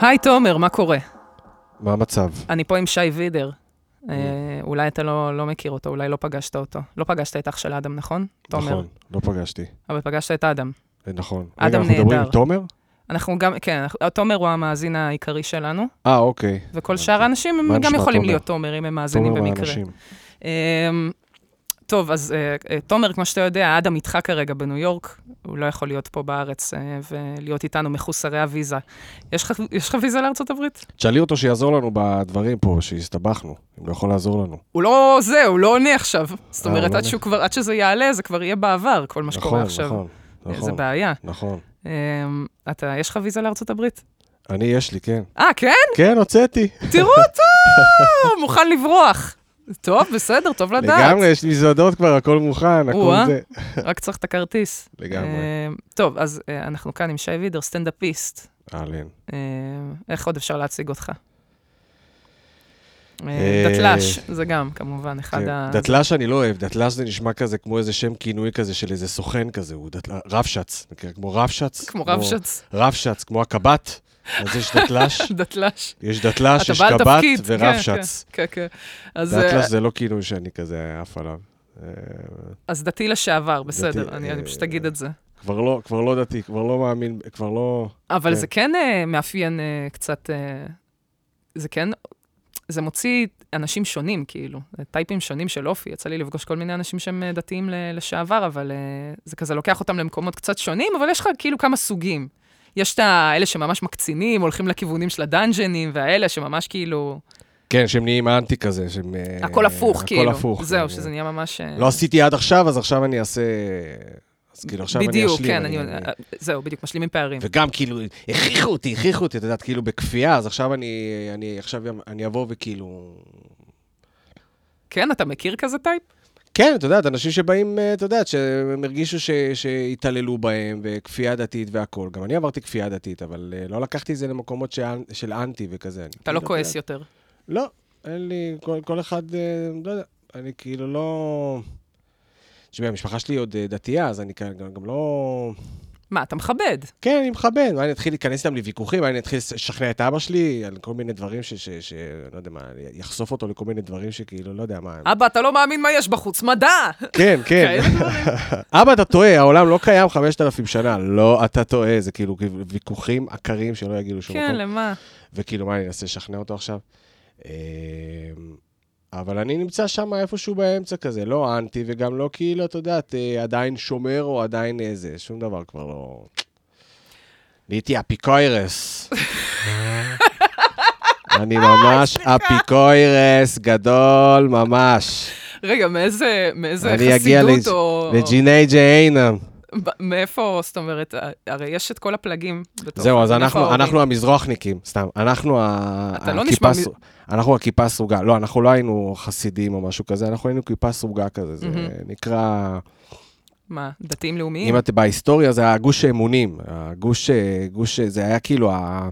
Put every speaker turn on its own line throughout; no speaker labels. היי תומר, מה קורה?
מה המצב?
אני פה עם שי וידר. אה, אולי אתה לא, לא מכיר אותו, אולי לא פגשת אותו. לא פגשת את אח של אדם, נכון? תומר.
נכון, לא פגשתי.
אבל פגשת את אדם.
אה, נכון.
אדם
רגע, אנחנו מדברים
נהדר.
עם תומר?
אנחנו גם, כן, אנחנו- תומר הוא המאזין העיקרי שלנו,
אה, אוקיי.
וכל שאר האנשים
מה
הם גם
נשמע,
יכולים
תומר?
להיות תומר, אם הם מאזינים
תומר
במקרה.
מהאנשים.
אמ, טוב, אז אה, אה, תומר, כמו שאתה יודע, אדם איתך כרגע בניו יורק, הוא לא יכול להיות פה בארץ אה, ולהיות איתנו מחוסרי הוויזה. יש לך- יש לך ויזה לארצות הברית?
תשאלי אותו שיעזור לנו בדברים פה, שהסתבכנו, אם הוא יכול לעזור לנו.
הוא לא זה, הוא לא עונה עכשיו. זאת
אה, הוא
אומרת,
לא
עד
עונה.
שהוא כבר- עד שזה יעלה, זה כבר יהיה בעבר, כל מה
נכון,
שקורה עכשיו.
נכון,
אה, זה
נכון,
בעיה.
נכון.
אמ, אתה, יש לך ויזה לארצות הברית?
אני, יש לי, כן.
אה, כן?
כן, הוצאתי.
תראו אותו! מוכן לברוח. טוב, בסדר, טוב לדעת.
לגמרי, יש לי מזוודות כבר, הכל מוכן, הכל
או-אה.
זה.
רק צריך את הכרטיס.
לגמרי.
אה, טוב, אז אה, אנחנו כאן עם שי וידר, סטנדאפיסט.
אהלן.
אה, איך עוד אפשר להציג אותך? אה,
אה,
דתל"ש, זה גם, כמובן, אחד
כן.
ה...
דתל"ש אני לא אוהב, דתל"ש זה נשמע כזה כמו איזה שם כינוי כזה של איזה סוכן כזה, הוא דתל"ש, רבש"ץ, מכיר? כמו רבש"ץ.
כמו רבש"ץ,
רבש"ץ, כמו הקב"ט, אז יש דתל"ש.
דתל"ש.
יש דתל"ש,
אתה
יש
בעל
קב"ט
תפקיד. כן,
ורבש"ץ.
כן, כן. אז, אה,
דתל"ש זה לא כינוי שאני כזה עף עליו. אה,
אז דתי לשעבר, בסדר, אני
אה,
אני פשוט אגיד את זה.
כבר לא, כבר לא דתי, כבר לא מאמין, כבר לא...
אבל
כן.
זה כן אה, מאפיין אה, קצת... אה, זה כן... זה מוציא אנשים שונים, כאילו, טייפים שונים של אופי. יצא לי לפגוש כל מיני אנשים שהם אה, דתיים ל- לשעבר, אבל אה, זה כזה לוקח אותם למקומות קצת שונים, אבל יש לך כאילו כמה סוגים. יש את האלה שממש מקצינים, הולכים לכיוונים של הדאנג'נים, והאלה שממש כאילו...
כן, שהם נהיים אנטי כזה, שהם... אה,
הכל הפוך, כאילו.
הכל הפוך.
זהו,
אה,
שזה נהיה ממש... אה,
לא עשיתי עד עכשיו, אז עכשיו אני אעשה... אז כאילו, עכשיו אני אשלים.
בדיוק, כן, אני... זהו, בדיוק, משלימים פערים.
וגם כאילו, הכריחו אותי, הכריחו אותי, את יודעת, כאילו בכפייה, אז עכשיו אני, אני עכשיו, אני אבוא וכאילו...
כן, אתה מכיר כזה טייפ?
כן, את יודעת, אנשים שבאים, אה, את יודעת, שהם הרגישו ש- שהתעללו בהם, וכפייה דתית והכול. גם אני עברתי כפייה דתית, אבל אה, לא לקחתי את זה למקומות של, של אנטי וכזה. אני
אתה לא
כאילו,
כועס
יודע,
יותר.
לא, אין לי, כל, כל אחד, אה, לא יודע, אני כאילו לא... תשמעי, המשפחה שלי עוד אה, דתייה, אז אני כאן גם, גם לא...
מה, אתה מכבד.
כן, אני מכבד, מה, אני אתחיל להיכנס איתם לוויכוחים, מה, אני אתחיל לשכנע את אבא שלי על כל מיני דברים ש... ש, ש לא יודע מה, אני אחשוף אותו לכל מיני דברים שכאילו, לא יודע מה.
אבא, אתה לא מאמין מה יש בחוץ, מדע!
כן, כן.
כאלה דברים.
אבא, אתה טועה, העולם לא קיים 5,000 שנה. לא, אתה טועה, זה כאילו ויכוחים עקרים שלא יגידו שום
כן,
מקום.
למה?
וכאילו, מה, אני אנסה לשכנע אותו עכשיו? אמ, אבל אני נמצא שם איפשהו באמצע כזה, לא אנטי וגם לא כאילו, את יודעת, אה, עדיין שומר או עדיין איזה, שום דבר כבר לא... נהייתי אפיקוירס. אני ממש
אה,
אפיקוירס גדול, ממש.
רגע, מאיזה מאיזה
אני אגיע
חסידות
לג'-
או...
לג'יני ג'יינם.
ב- מאיפה, זאת אומרת, ה- הרי יש את כל הפלגים. בתוך-
זהו, אז
מאיפה
אנחנו,
ההורים?
אנחנו המזרוחניקים, סתם. אנחנו ה-
אתה לא
הכיפה
נשמע מ-
סר- אנחנו הכיפה סרוגה. לא, אנחנו לא היינו חסידים או משהו כזה, אנחנו היינו כיפה סרוגה כזה. זה
מהמם.
נקרא,
מה, דתיים לאומיים?
אם את בהיסטוריה, זה הגוש האמונים. הגוש, אה, גוש, אה, זה היה כאילו ה-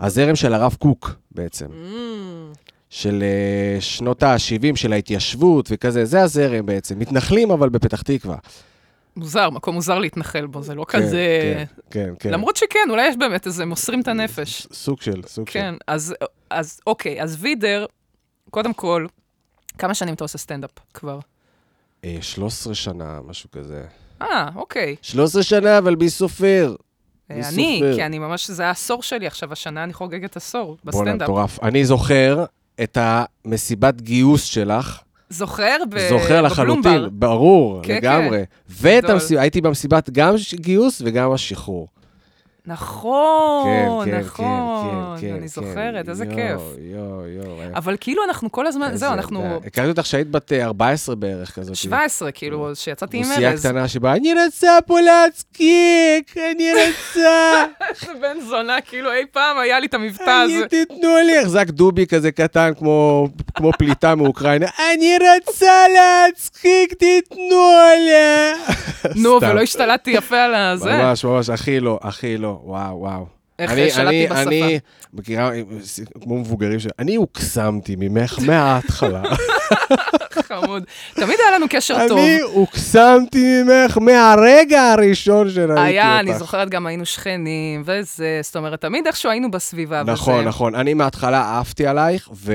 הזרם של הרב קוק בעצם.
אמ,
של אה, שנות ה-70, של ההתיישבות וכזה, זה הזרם בעצם. מתנחלים, אבל בפתח תקווה.
מוזר, מקום מוזר להתנחל בו, זה לא
כן,
כזה...
כן, כן, כן.
למרות שכן, אולי יש באמת איזה מוסרים את הנפש.
סוג של, סוג של.
כן, אז אז אוקיי, אז וידר, קודם כל, כמה שנים אתה עושה סטנדאפ כבר?
אה, 13 שנה, משהו כזה.
אה, אוקיי.
13 שנה, אבל מי סופר? מי
אני,
סופר?
כי אני ממש, זה העשור שלי עכשיו, השנה אני חוגגת עשור
בואנה,
בסטנדאפ.
מטורף. אני זוכר את המסיבת גיוס שלך,
זוכר? ב-
זוכר לחלוטין,
בבלומבר.
ברור,
כן,
לגמרי.
גדול.
והייתי במסיבת גם ש- גיוס וגם השחרור.
נכון,
כן, כן,
נכון,
כן, כן, כן,
אני זוכרת,
כן.
איזה
יואו,
כיף.
יואו, יואו. היה-
אבל כאילו אנחנו כל הזמן,
איזה-
זהו, אנחנו
הכרתי אותך שהיית בת אה, 14 בערך כזאת.
17, כאילו, שיצאתי עם
רוסייה
ארז,
קטנה שבאה, אני רוצה פולצקיק, אני רוצה.
איזה בן זונה, כאילו אי פעם היה לי את המבטא הזה.
אני תיתנו לי, החזק דובי כזה קטן כמו, כמו פליטה מאוקראינה, אני רוצה להצחיק, תיתנו לי.
נו,
סתם.
לא ולא השתלטתי יפה על הזה.
ממש, ממש, הכי לא, הכי לא, וואו, וואו.
איך
אני-
שלטתי
אני-
בשפה.
אני מכירה, כמו מבוגרים, ש- אני הוקסמתי ממך מההתחלה.
חמוד. תמיד היה לנו קשר טוב.
אני הוקסמתי ממך מהרגע הראשון שראיתי אותך.
היה, אני זוכרת גם היינו שכנים, וזה, זאת אומרת, תמיד איכשהו היינו בסביבה.
נכון,
וזה-
נכון. אני מההתחלה עפתי עלייך, ו...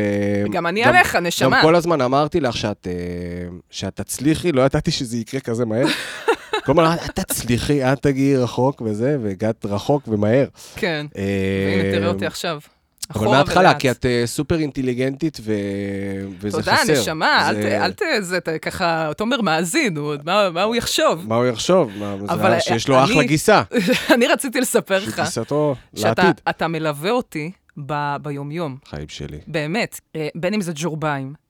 גם אני עליך,
גם
נשמה.
כל הזמן אמרתי לך שאת, אה, שאת תצליחי, לא ידעתי שזה יקרה כזה מהר. כל הזמן, את תצליחי, את תגיעי רחוק וזה, והגעת רחוק ומהר.
כן.
אה,
והנה, תראה אותי עכשיו.
אבל
אחורה
מההתחלה,
ולאט.
כי את אה, סופר אינטליגנטית ו... וזה
תודה,
חסר.
נשמה, אל ת-
זה-
אל ת... זה ת- ככה, תומר מאזין, הוא עוד- מה מה הוא יחשוב?
מה הוא יחשוב? מה, זה
אבל,
היה שיש לו
אה,
אחלה
אני-
גיסה.
אני רציתי לספר לך,
גיסתו
שאתה
לעתיד.
אתה מלווה אותי ב- ביומיום.
חיים שלי.
באמת, אה, בין אם זה ג'ורביים,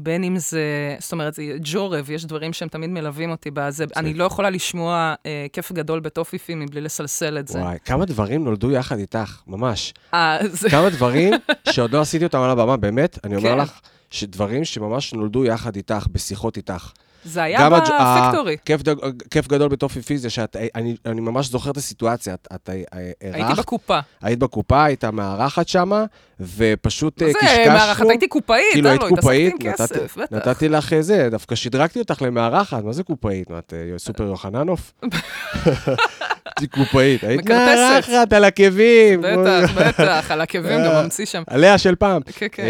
בין אם זה, זאת אומרת, זה ג'ורב, יש דברים שהם תמיד מלווים אותי בזה. אני לא יכולה לשמוע אה, כיף גדול בתופיפים מבלי לסלסל את זה.
וואי, כמה דברים נולדו יחד איתך, ממש.
אה, זה-
כמה דברים שעוד לא עשיתי אותם על הבמה, באמת, אני אומר
כן.
לך, שדברים שממש נולדו יחד איתך, בשיחות איתך.
זה היה
גם הג'- אה,
בפקטורי.
ה- כיף דג- כיף גדול בתופיפי זה שאת, אני אני ממש זוכר את הסיטואציה, את- את אה,
הייתי
אירחת,
בקופה.
היית בקופה, היית מארחת שמה, ופשוט
מה
אה,
זה,
קשקשנו.
מארחת, הייתי קופאית, לא
כאילו,
הלו,
היית קופאית,
התעסקתי עם
נתתי-
כסף, בטח.
נתתי לך אה, זה, דווקא שדרגתי אותך למארחת, מה זה קופאית? מה, את אה, סופר יוחננוף? הייתי קופאית, היית
מקרטסת.
מארחת על עקבים.
בטח, בטח, על עקבים
אה.
גם ממציא שם.
עליה של פעם.
כן, כן.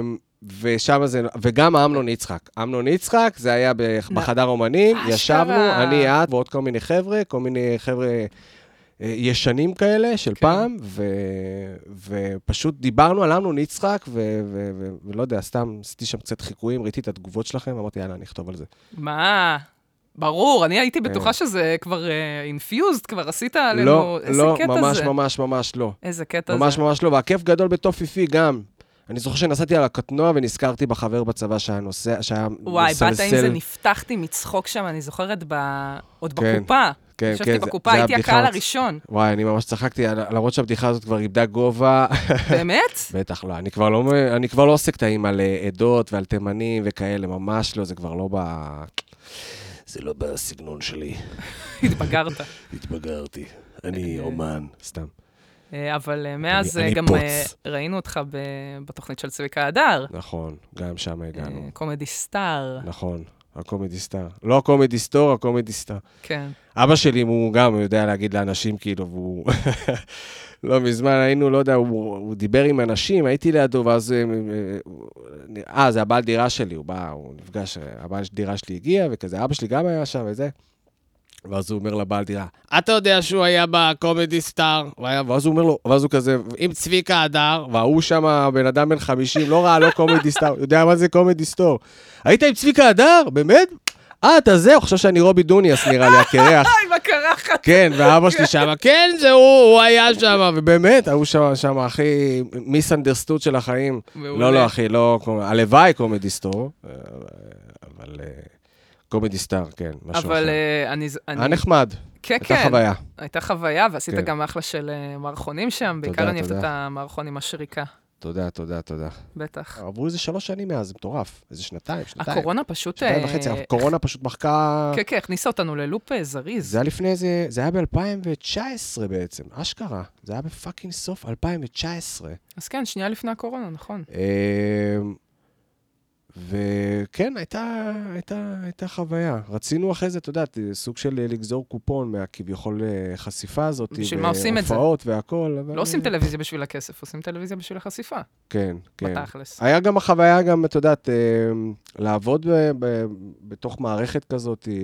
אמ, ושם זה, וגם אמנון יצחק. אמנון יצחק, זה היה ב- בחדר אומנים,
אשכרה.
ישבנו, אני, את ועוד כל מיני חבר'ה, כל מיני חבר'ה אה, ישנים כאלה
כן.
של פעם, ו- ופשוט דיברנו על אמנון יצחק, ו- ו- ו- ולא יודע, סתם עשיתי שם קצת חיקויים, ראיתי את התגובות שלכם, אמרתי, יאללה, אני אכתוב על זה.
מה? ברור, אני הייתי
אה.
בטוחה שזה כבר אינפיוזד, כבר עשית עלינו...
לא,
איזה
לא,
קטע
ממש
זה?
ממש ממש לא.
איזה קטע
ממש
זה.
ממש לא, והכיף גדול בתופיפי גם. אני זוכר שנסעתי על הקטנוע ונזכרתי בחבר בצבא שהיה נוסע, שהיה מסלסל.
וואי, באת עם זה, נפתחתי מצחוק שם, אני זוכרת ב... עוד
כן,
בקופה.
כן, כן,
ישבתי
זה-
בקופה,
זה
הייתי
הבדיחה
הקהל
המצ-
הראשון.
וואי, אני ממש צחקתי, על- למרות שהבדיחה הזאת כבר איבדה גובה.
באמת?
בטח לא, אני כבר לא, מ- אני כבר לא עושה קטעים על אה, עדות ועל תימנים וכאלה, ממש לא, זה כבר לא ב... זה לא בסגנון שלי,
התבגרת.
התבגרתי. אני אומן. סתם.
אה, אבל אה, מאז
אני
אה, גם
פוץ.
אה, ראינו אותך ב- בתוכנית של צביקה הדר. אה,
נכון, גם שם הגענו.
קומדי סטאר,
נכון, הקומדי סטאר. לא הקומדי סטור, הקומדי סטאר.
כן.
אבא שלי, הוא גם יודע להגיד לאנשים, כאילו, והוא... לא מזמן היינו, לא יודע, הוא, הוא דיבר עם אנשים, הייתי לידו, ואז... אה, אה, אה, זה הבעל דירה שלי, הוא בא, הוא נפגש, אה, הבעל דירה שלי הגיע, וכזה, אבא שלי גם היה שם וזה. ואז הוא אומר לבעל דירה, אתה יודע שהוא היה בקומדי סטאר? הוא היה- ואז הוא אומר לו, ואז הוא כזה, עם צביקה הדר, וההוא שם, הבן אדם בן 50, לא ראה, לא קומדי סטאר, הוא יודע מה זה קומדי סטור. היית עם צביקה הדר? באמת? אה, אתה זה? הוא חושב שאני רובי דוניאס, נראה לי, הקרח.
אוי, מה קרה לך?
כן, ואבא שלי שם, כן, זה הוא, הוא היה שם, ובאמת, ההוא שם, שם, הכי מיסאנדרסטוד של החיים.
מעולה.
לא, לא, אחי, לא, קומ- הלוואי קומדי סטור, אה, אבל אה, קומדי סטאר, כן, משהו אחר.
אבל אה, אני... ז- אני-
היה נחמד,
כן,
הייתה
כן.
חוויה.
הייתה חוויה, ועשית
כן.
גם אחלה של אה, מערכונים שם. בעיקר
תודה,
אני אוהבת
תודה.
את המערכון עם השריקה,
תודה, תודה, תודה.
בטח.
עברו איזה שלוש שנים מאז, זה מטורף. איזה שנתיים, שנתיים.
הקורונה פשוט...
שנתיים
אה,
וחצי, הקורונה פשוט מחקה...
כן, כן, הכניסה אותנו ללופ אה, זריז.
זה היה לפני איזה, זה היה ב-2019 בעצם, אשכרה. זה היה בפאקינג סוף 2019.
אז כן, שנייה לפני הקורונה, נכון.
אמ, וכן, הייתה, הייתה, הייתה חוויה. רצינו אחרי זה, את יודעת, סוג של אה, לגזור קופון מהכביכול אה, חשיפה הזאת.
בשביל מה עושים את זה?
והופעות והכול. אבל-
לא עושים טלוויזיה בשביל הכסף, עושים טלוויזיה בשביל החשיפה,
כן, כן.
בתכלס.
היה גם החוויה, גם, את יודעת, אמ, לעבוד ב- ב- בתוך מערכת כזאת, אה,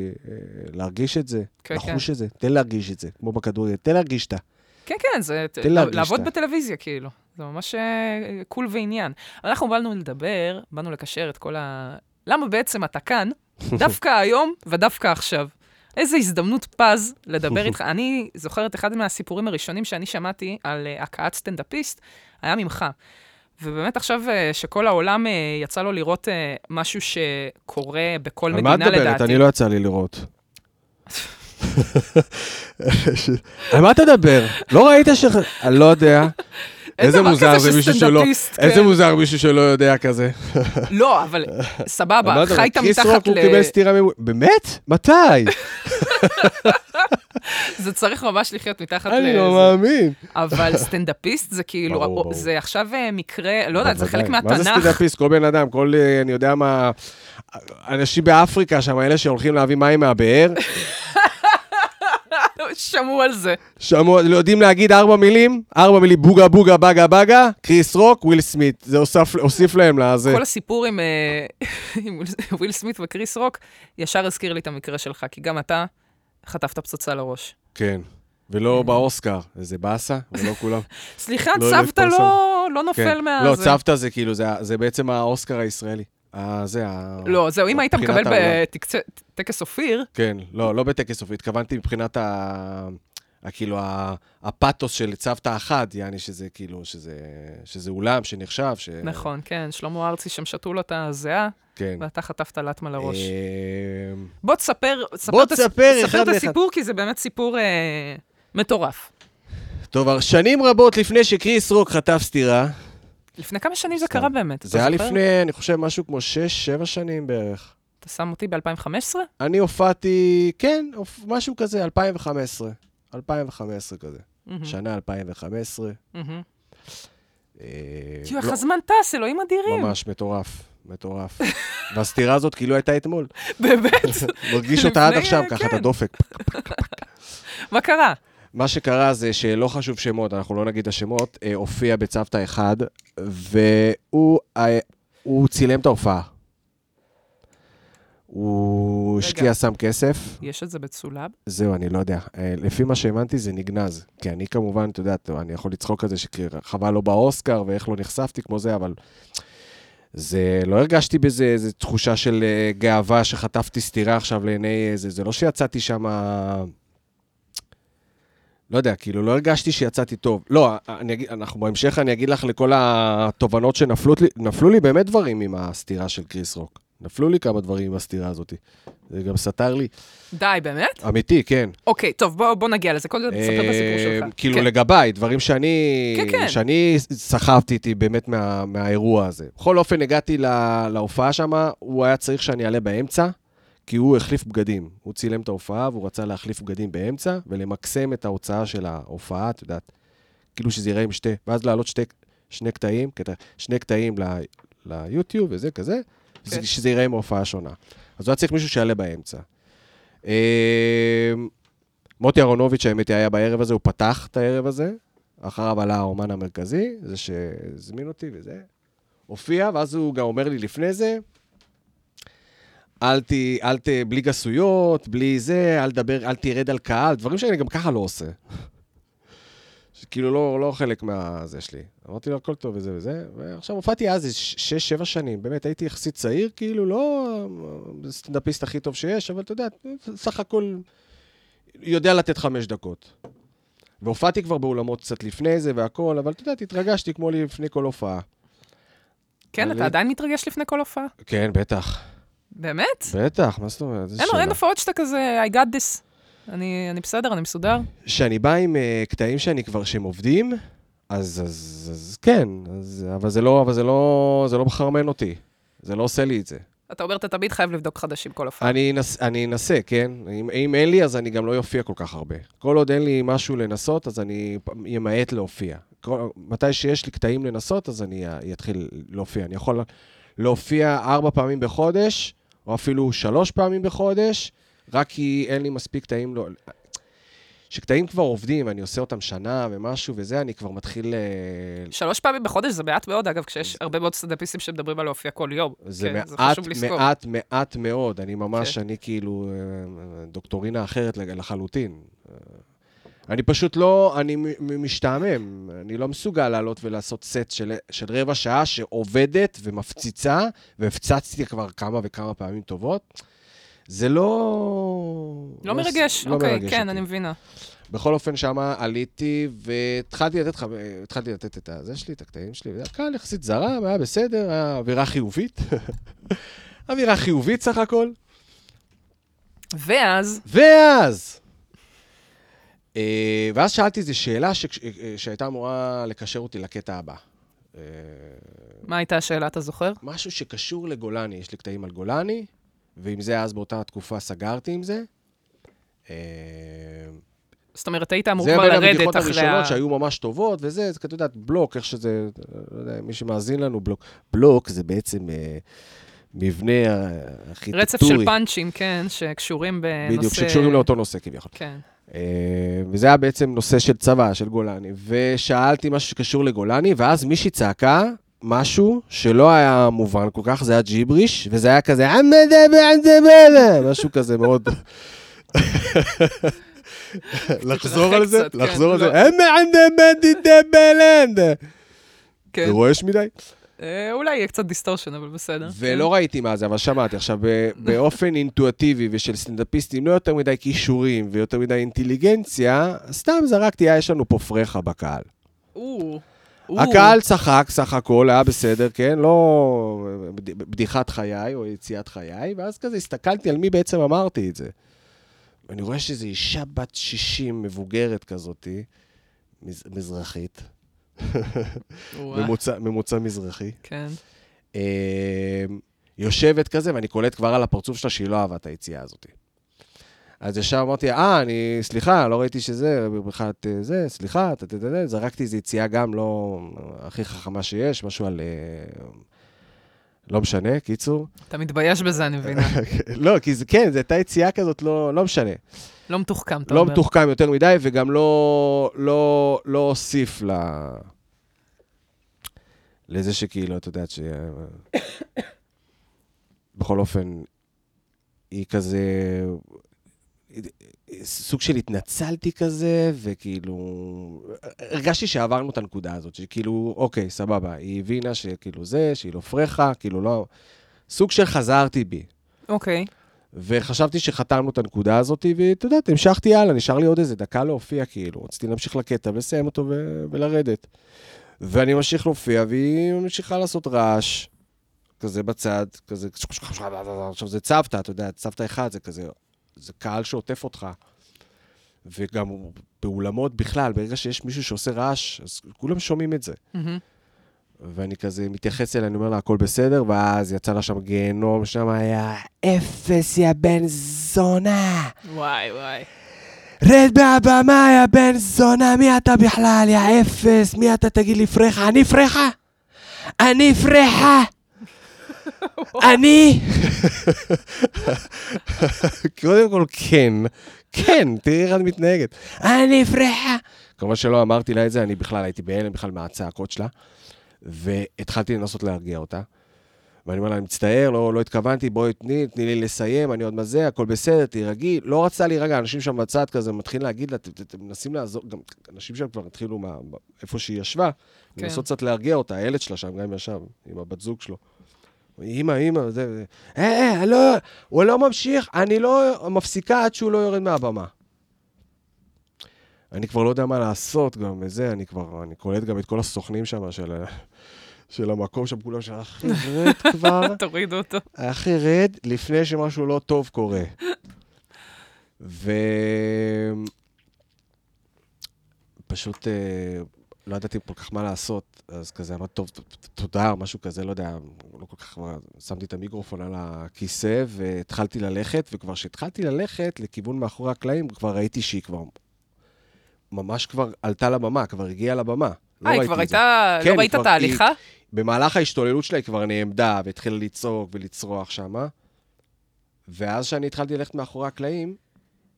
להרגיש את זה,
כן,
לחוש את זה, תן להרגיש את זה, כמו בכדורגל, תן להרגיש את ה...
כן, כן, זה ת-
תן להרגיש
לעבוד
את ה-
בטלוויזיה, כאילו. זה ממש אה, קול ועניין. אנחנו באנו לדבר, באנו לקשר את כל ה... למה בעצם אתה כאן, דווקא היום ודווקא עכשיו? איזו הזדמנות פז לדבר איתך. אני זוכרת אחד מהסיפורים הראשונים שאני שמעתי על אה, הכאת סטנדאפיסט, היה ממך. ובאמת עכשיו אה, שכל העולם אה, יצא לו לראות אה, משהו שקורה בכל
על מה
מדינה,
את
לדעתי.
מדברת? אני לא יצא לי לראות. על מה אתה מדבר? לא ראית ש... אני לא יודע. איזה
דבר
מוזר
כזה
זה מישהו שלא...
שסטנדאפיסט, כן.
איזה מוזר מישהו שלא יודע כזה.
לא, אבל סבבה,
אמרת, אבל
חיית
קריס רוק,
מתחת ל...
הוא קיבל סטירה מ... באמת? מתי?
זה צריך ממש לחיות מתחת
אני
לזה.
לא מאמין.
אבל סטנדאפיסט זה כאילו,
ברור,
או-
ברור.
זה עכשיו אה, מקרה, לא יודעת, זה חלק
בוודאי.
מהתנ"ך.
מה זה סטנדאפיסט? כל בן אדם, כל, אה, אני יודע מה... אנשים באפריקה שם, אלה שהולכים להביא מים מהבאר,
שמעו על זה.
שמעו, לא יודעים להגיד ארבע מילים, ארבע מילים בוגה בוגה בגה בגה, קריס רוק, וויל סמית. זה הוסף- הוסיף להם לזה.
כל הסיפור עם, אה, עם וויל סמית וקריס רוק, ישר הזכיר לי את המקרה שלך, כי גם אתה חטפת פצצה לראש.
כן. ולא באוסקר, איזה באסה, ולא כולם.
סליחה,
לא, לא,
צוותא
כל
לא, לא נופל
כן.
מה...
לא,
זה.
צוותא זה כאילו, זה ה- זה בעצם האוסקר הישראלי. ה- זה ה...
לא, זהו, אם היית
מבחינת
מקבל
העולם.
בטקס אופיר,
כן, לא, לא בטקס סופי, התכוונתי מבחינת ה... ה- כאילו, ה- הפאתוס של צוותא אחת, יעני שזה כאילו, שזה, שזה אולם שנחשב, ש...
נכון, כן, שלמה ארצי, שהם שתו לו את הזיעה,
כן.
ואתה חטפת לטמה לראש.
אמ,
בוא תספר, ספר
בוא
את הס-
תספר אחד
ספר את
לאחד.
הסיפור, כי זה באמת סיפור אה, מטורף.
טוב, שנים רבות לפני שקריס רוק חטף סטירה,
לפני כמה שנים זה
סתם.
קרה באמת? אתה
זה היה
זוכר?
לפני, אני חושב, משהו כמו 6-7 שנים בערך.
אתה שם אותי ב-2015?
אני הופעתי, כן, הופ- משהו כזה, 2015. 2015 כזה. שנה 2015. אה,
תראו,
לא,
איך אמ, הזמן טס, אלוהים אדירים.
ממש מטורף, מטורף. והסטירה הזאת כאילו הייתה אתמול.
באמת.
מרגיש אותה עד
לפני,
עכשיו,
אה,
ככה את
כן.
הדופק.
מה קרה?
מה שקרה זה שלא חשוב שמות, אנחנו לא נגיד את השמות, אה, הופיע בצוותא אחד, והוא אה, הוא צילם את ההופעה. הוא
רגע.
השקיע, שם כסף.
יש את זה בצולב?
זהו, אני לא יודע. אה, לפי מה שהאמנתי, זה נגנז. כי אני כמובן, אתה יודע, טוב, אני יכול לצחוק על זה שחבל לא באוסקר ואיך לא נחשפתי כמו זה, אבל זה, לא הרגשתי בזה איזו תחושה של אה, גאווה שחטפתי סטירה עכשיו לעיני איזה, זה לא שיצאתי שם... לא יודע, כאילו, לא הרגשתי שיצאתי טוב. לא, אני אגיד, אנחנו בהמשך, אני אגיד לך לכל התובנות שנפלו לי, נפלו לי באמת דברים עם הסטירה של קריס רוק. נפלו לי כמה דברים עם הסטירה הזאת. זה גם סתר לי.
די, באמת?
אמיתי, כן.
אוקיי, טוב, בוא- בוא נגיע לזה. קודם תספר את הסיפור
אה,
שלך.
כאילו
כן.
לגביי, דברים שאני,
כן, כן.
שאני סחבתי איתי באמת מה, מהאירוע הזה. בכל אופן, הגעתי לה, להופעה שם, הוא היה צריך שאני אעלה באמצע, כי הוא החליף בגדים. הוא צילם את ההופעה והוא רצה להחליף בגדים באמצע, ולמקסם את ההוצאה של ההופעה, את יודעת, כאילו שזה ייראה עם שתי, ואז להעלות שתי, שני קטעים, קטע, שני קטעים ל, ליוטיוב וזה כזה,
כן.
כן. שזה ייראה עם הופעה שונה. אז הוא היה צריך מישהו שיעלה באמצע. אמ, מוטי אהרונוביץ', האמת, היא, היה בערב הזה, הוא פתח את הערב הזה, אחריו עלה האומן המרכזי, זה שהזמין אותי וזה, הופיע, ואז הוא גם אומר לי לפני זה, אל ת... אל ת... בלי גסויות, בלי זה, אל תדבר, אל תרד על קהל, דברים שאני גם ככה לא עושה. שכאילו לא, לא חלק מהזה שלי. אמרתי לו, הכל טוב וזה וזה, ועכשיו הופעתי אז איזה ש- שש, שבע שנים, באמת הייתי יחסית צעיר, כאילו לא הסטנדאפיסט הכי טוב שיש, אבל אתה יודע, סך הכל יודע לתת חמש דקות. והופעתי כבר באולמות קצת לפני זה והכל, אבל אתה יודע, התרגשתי כמו לפני כל הופעה.
כן, אתה
אני-
עדיין מתרגש לפני כל הופעה?
כן, בטח.
באמת?
בטח, מה זאת אומרת? איזה
אין
שאלה.
אין הופעות שאתה כזה, I got this. אני אני בסדר, אני מסודר.
שאני בא עם אה, קטעים שאני כבר, שהם עובדים, אז, אז, אז כן, אז, אבל זה לא, אבל זה לא, זה לא מחרמן אותי. זה לא עושה לי את זה.
אתה אומר, אתה תמיד חייב לבדוק חדשים כל הופעה.
אני אנס- אני אנסה, כן? אם, אם אין לי, אז אני גם לא אופיע כל כך הרבה. כל עוד אין לי משהו לנסות, אז אני פ- אמעט להופיע. כל, מתי שיש לי קטעים לנסות, אז אני אה, אתחיל להופיע. אני יכול להופיע ארבע פעמים בחודש, או אפילו שלוש פעמים בחודש, רק כי אין לי מספיק קטעים... לא... שקטעים כבר עובדים, אני עושה אותם שנה ומשהו וזה, אני כבר מתחיל... אה,
שלוש פעמים בחודש זה מעט מאוד, אגב, כשיש הרבה מאוד סטנדאפיסטים שמדברים על להופיע כל יום.
זה
כן,
מעט,
חשוב לזכור.
מעט, מעט מאוד. אני ממש,
כן.
אני כאילו אה, דוקטורינה אחרת לג- לחלוטין. אה, אני פשוט לא, אני מ- מ- משתעמם. אני לא מסוגל לעלות ולעשות סט של, של רבע שעה שעובדת ומפציצה, והפצצתי כבר כמה וכמה פעמים טובות. זה לא...
לא מרגש,
לא
אוקיי,
מרגש
כן,
אותי.
אני מבינה.
בכל אופן, שמה עליתי והתחלתי לתת, חב- התחלתי לתת את הזה שלי, את הקטעים שלי, וזה היה קהל יחסית זרם, היה בסדר, היה אווירה חיובית. אווירה חיובית סך הכל.
ואז,
ואז, אמ, אה, ואז שאלתי איזו שאלה ש... אה, שהייתה אמורה לקשר אותי לקטע הבא. אה,
מה הייתה השאלה, אתה זוכר?
משהו שקשור לגולני, יש לי קטעים על גולני, ועם זה אז באותה תקופה סגרתי עם זה. אה,
זאת אומרת, היית אמור
זה
כבר
בין
לרדת
הבדיחות
אחרי ה...
הראשונות שהיו ממש טובות, וזה, זה, את יודעת, בלוק, איך שזה, לא יודע, מי שמאזין לנו, בלוק. בלוק זה בעצם אה, מבנה אה, ארכיטקטורי.
רצף של פאנצ'ים, כן, שקשורים בנושא...
בדיוק, שקשורים לאותו נושא כביכול.
כן.
אה, וזה היה בעצם נושא של צבא, של גולני. ושאלתי משהו שקשור לגולני, ואז מישהי צעקה משהו שלא היה מובן כל כך, זה היה ג'יבריש, וזה היה כזה, "עמדה בעמדה בעמדה", משהו כזה מאוד... לחזור על זה,
קצת, כן,
לחזור על זה,
לא.
"עמדה בעמדה בעמדה בעמדה".
כן.
זה רועש מדי.
אה, אולי יהיה קצת דיסטורשן, אבל בסדר.
ולא ראיתי מה זה, אבל שמעתי. עכשיו, ב- באופן אינטואיטיבי ושל סטנדאפיסטים, לא יותר מדי כישורים ויותר מדי אינטליגנציה, סתם זרקתי, "אה, יש לנו פה פרחה בקהל.
כן. או, או.
הקהל צחק, סך הכל, היה בסדר, כן? לא בד- בדיחת חיי או יציאת חיי, ואז כזה הסתכלתי על מי בעצם אמרתי את זה. ואני רואה שזו אישה בת 60, מבוגרת כזאתי, מז- מזרחית,
וואו,
ממוצא, ממוצא מזרחי.
כן.
אה, יושבת כזה, ואני קולט כבר על הפרצוף שלה שהיא לא אהבה את היציאה הזאת. אז ישר אמרתי, אה, אני, סליחה, לא ראיתי שזה, בכלל את אה, זה, סליחה, אתה תדע, זרקתי איזו יציאה גם לא הכי חכמה שיש, משהו על... אה, לא משנה, קיצור.
אתה מתבייש בזה, אני מבינה.
לא, כי זה, כן, זו הייתה יציאה כזאת, לא, לא משנה.
לא מתוחכם, אתה
לא
אומר.
מתוחכם יותר מדי, וגם לא, לא, לא הוסיף ל... לזה שכאילו, את יודעת ש... בכל אופן, היא כזה... סוג של התנצלתי כזה, וכאילו... הרגשתי שעברנו את הנקודה הזאת, שכאילו, אוקיי, סבבה, היא הבינה שכאילו זה, שהיא לא פרחה, כאילו לא... סוג של חזרתי בי.
אוקיי.
וחשבתי שחתמנו את הנקודה הזאת, ואת יודעת, המשכתי הלאה, נשאר לי עוד איזה דקה להופיע, כאילו. רציתי להמשיך לקטע ולסיים אותו ו- ולרדת. ואני ממשיך להופיע, והיא ממשיכה לעשות רעש, כזה בצד, כזה... עכשיו, זה צוותא, אתה יודע, צוותא אחד, זה כזה... זה קהל שעוטף אותך. וגם באולמות בכלל, ברגע שיש מישהו שעושה רעש, אז כולם שומעים את זה.
מהמם.
ואני כזה מתייחס אליה, אני אומר לה, הכל בסדר, ואז יצא לה שם גיהנום, שם היה אפס, יא בן זונה!
וואי, וואי.
רד מהבמה, יא בן זונה, מי אתה בכלל, יא אפס? מי אתה תגיד לי פרחה? אני פרחה? אני פרחה! אני? קודם כל, כן. כן, תראי איך את מתנהגת. אני פרחה! כמובן שלא אמרתי לה את זה, אני בכלל הייתי בהלם בכלל מהצעקות שלה, והתחלתי לנסות להרגיע אותה. ואני אומר לה, אני מצטער, לא, לא התכוונתי, בואי תני, תני לי לסיים, אני עוד מזה, הכל בסדר, תירגעי. לא רצה להירגע, אנשים שם בצד כזה מתחילים להגיד לה, "ת- ת- אתם מנסים לעזור, גם אנשים שם כבר התחילו מה, מה- איפה שהיא ישבה,
כן.
לנסות קצת להרגיע אותה, הילד שלה שם גם ישב, עם הבת זוג שלו. אמא, אמא, זה, זה. אה, אה, לא, הוא לא ממשיך, אני לא מפסיקה עד שהוא לא יורד מהבמה. אני כבר לא יודע מה לעשות גם וזה, אני כבר, אני קולט גם את כל הסוכנים שם של, ה- של המקום שם, כולם של אחי, רד כבר,
תורידו אותו.
לא
אה,
אחי, רד לפני שמשהו לא טוב קורה. ו... פשוט אה, לא ידעתי כל כך מה לעשות, אז כזה אמרתי, טוב, ת- ת- תודה, משהו כזה, לא יודע, לא כל כך, מה- שמתי את המיקרופון על הכיסא והתחלתי ללכת, וכבר כשהתחלתי ללכת לכיוון מאחורי הקלעים, כבר ראיתי שהיא כבר ממש כבר עלתה לבמה, כבר הגיעה לבמה. לא
אה, היא
ראיתי
כבר
את זה.
הייתה...
כן,
לא
היא
ראית
כבר-
את ההליכה?
במהלך ההשתוללות שלה היא כבר נעמדה והתחילה לצעוק ולצרוח שמה. ואז כשאני התחלתי ללכת מאחורי הקלעים,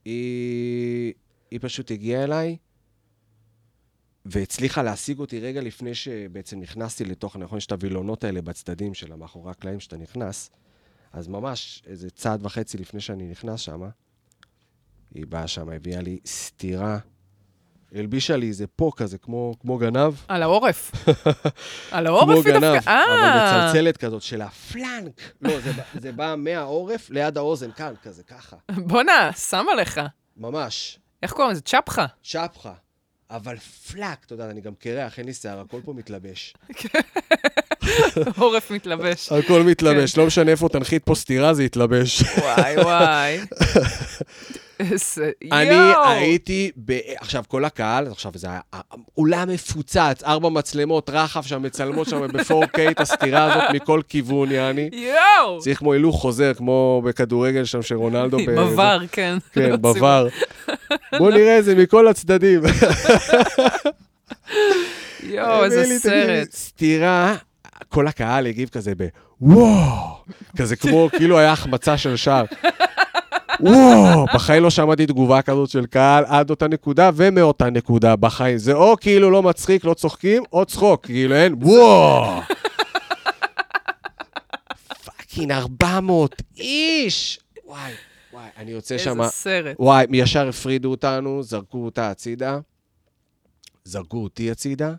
היא, היא פשוט הגיעה אליי והצליחה להשיג אותי רגע לפני שבעצם נכנסתי לתוך, נכון, יש את הווילונות האלה בצדדים שלה, מאחורי הקלעים שאתה נכנס. אז ממש איזה צעד וחצי לפני שאני נכנס שמה, היא באה שמה, הביאה לי סטירה. הלבישה לי איזה פה כזה, כמו, כמו גנב.
על העורף. על
כמו
העורף היא
גנב,
דווקא...
אבל
אה,
מצלצלת כזאת של הפלנק. לא, זה בא- זה בא מהעורף ליד האוזן, כאן, כזה, ככה.
אה, בואנה, שם עליך.
ממש,
איך קוראים לזה? צ'פחה.
שפחה. אבל פלאק, אתה יודע, אני גם קרח, אין לי שיער, הכל פה מתלבש.
עורף מתלבש.
הכל
כן.
מתלבש, לא משנה איפה תנחית פה סטירה, זה יתלבש.
וואי, וואי. איזה-
אני
יואו!
הייתי, ב... עכשיו, כל הקהל, עכשיו זה היה אה, אולם מפוצץ, ארבע מצלמות רחב שם, מצלמות שם ב-4K, את הסתירה הזאת מכל כיוון, יעני.
יואו!
צריך כמו הילוך חוזר, כמו בכדורגל שם, שרונלדו... ב-
בבר, כן.
כן,
לא
בבר. בוא נראה את זה מכל הצדדים.
ציבור. יואו, איזה
הביא אה, לי, תגיד,
סרט.
סטירה, כל הקהל הגיב כזה ב... וואו! כזה כמו, כאילו היה החמצה של שער. וואו! בחיים לא שמעתי תגובה כזאת של קהל עד אותה נקודה ומאותה נקודה בחיים. זה או כאילו לא מצחיק, לא צוחקים, או צחוק. כאילו אין וואו! פאקינג 400 איש! וואי, וואי, אני יוצא שם...
איזה סרט.
וואי, ישר הפרידו אותנו, זרקו אותה הצידה, זרקו אותי הצידה,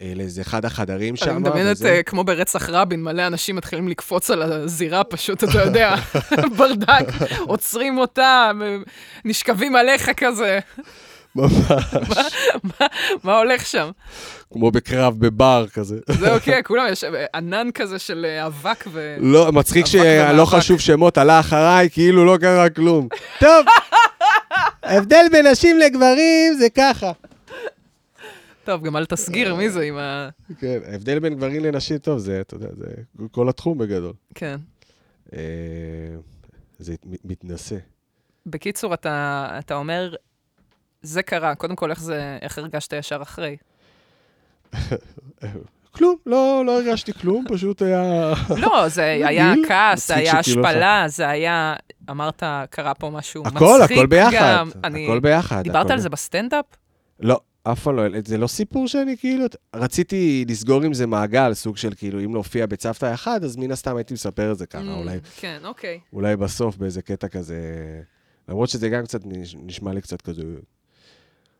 אה, לאיזה אחד החדרים שם.
אני מדמיינת
וזה.
אה, כמו ברצח רבין, מלא אנשים מתחילים לקפוץ על הזירה, פשוט, אתה יודע, ברדק, עוצרים אותה, מ- נשכבים עליך כזה,
ממש,
מה הולך שם?
כמו בקרב בבר כזה.
זהו, כן, כולם, יש אה, ענן כזה של אה, אבק ו...
לא, מצחיק
אבק
שלא
במאבק.
חשוב שמות, עלה אחריי, כאילו לא קרה כלום. טוב, ההבדל בין נשים לגברים זה ככה.
טוב, גם אל תסגיר מי זה עם ה...
כן, ההבדל בין גברים לנשים, טוב, זה, אתה יודע, זה כל התחום בגדול.
כן.
אה, זה מת- מתנשא.
בקיצור, אתה, אתה אומר, זה קרה, קודם כל, איך זה, איך הרגשת ישר אחרי?
כלום, לא לא הרגשתי כלום, פשוט היה...
לא, זה היה
רגיל.
כעס, זה
מצחיק
היה
שכאילו לך-
השפלה, זה היה, אמרת, קרה פה משהו מצחיק
הכל, הכל ביחד.
גם. אני-
הכל ביחד.
דיברת
הכל
על
ב-
זה בסטנדאפ?
לא, אף פעם לא. זה לא סיפור שאני כאילו... רציתי לסגור עם זה מעגל, סוג של כאילו, אם להופיע בצוותא אחד, אז מן הסתם הייתי מספר את זה ככה,
Mm,
אולי-
כן, אוקיי.
אולי בסוף באיזה קטע כזה... למרות שזה גם קצת נש- נשמע לי קצת כזה...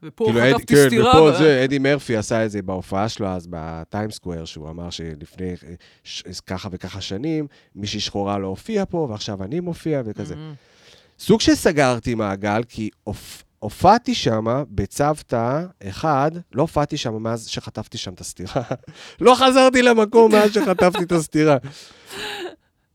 ופה
כאילו, אד-
חטפתי
כן,
סטירה.
ופה
ו-
זה, אדי מרפי עשה את זה בהופעה שלו אז בטיימסקוויר, שהוא אמר שלפני אה, ש- ככה וככה שנים, מישהי שחורה לא הופיעה פה, ועכשיו אני מופיע וכזה.
Mm,
סוג שסגרתי מעגל, כי הופ- הופעתי שם בצוותא אחד, לא הופעתי שם מאז שחטפתי שם את הסטירה. לא חזרתי למקום מאז שחטפתי את הסטירה.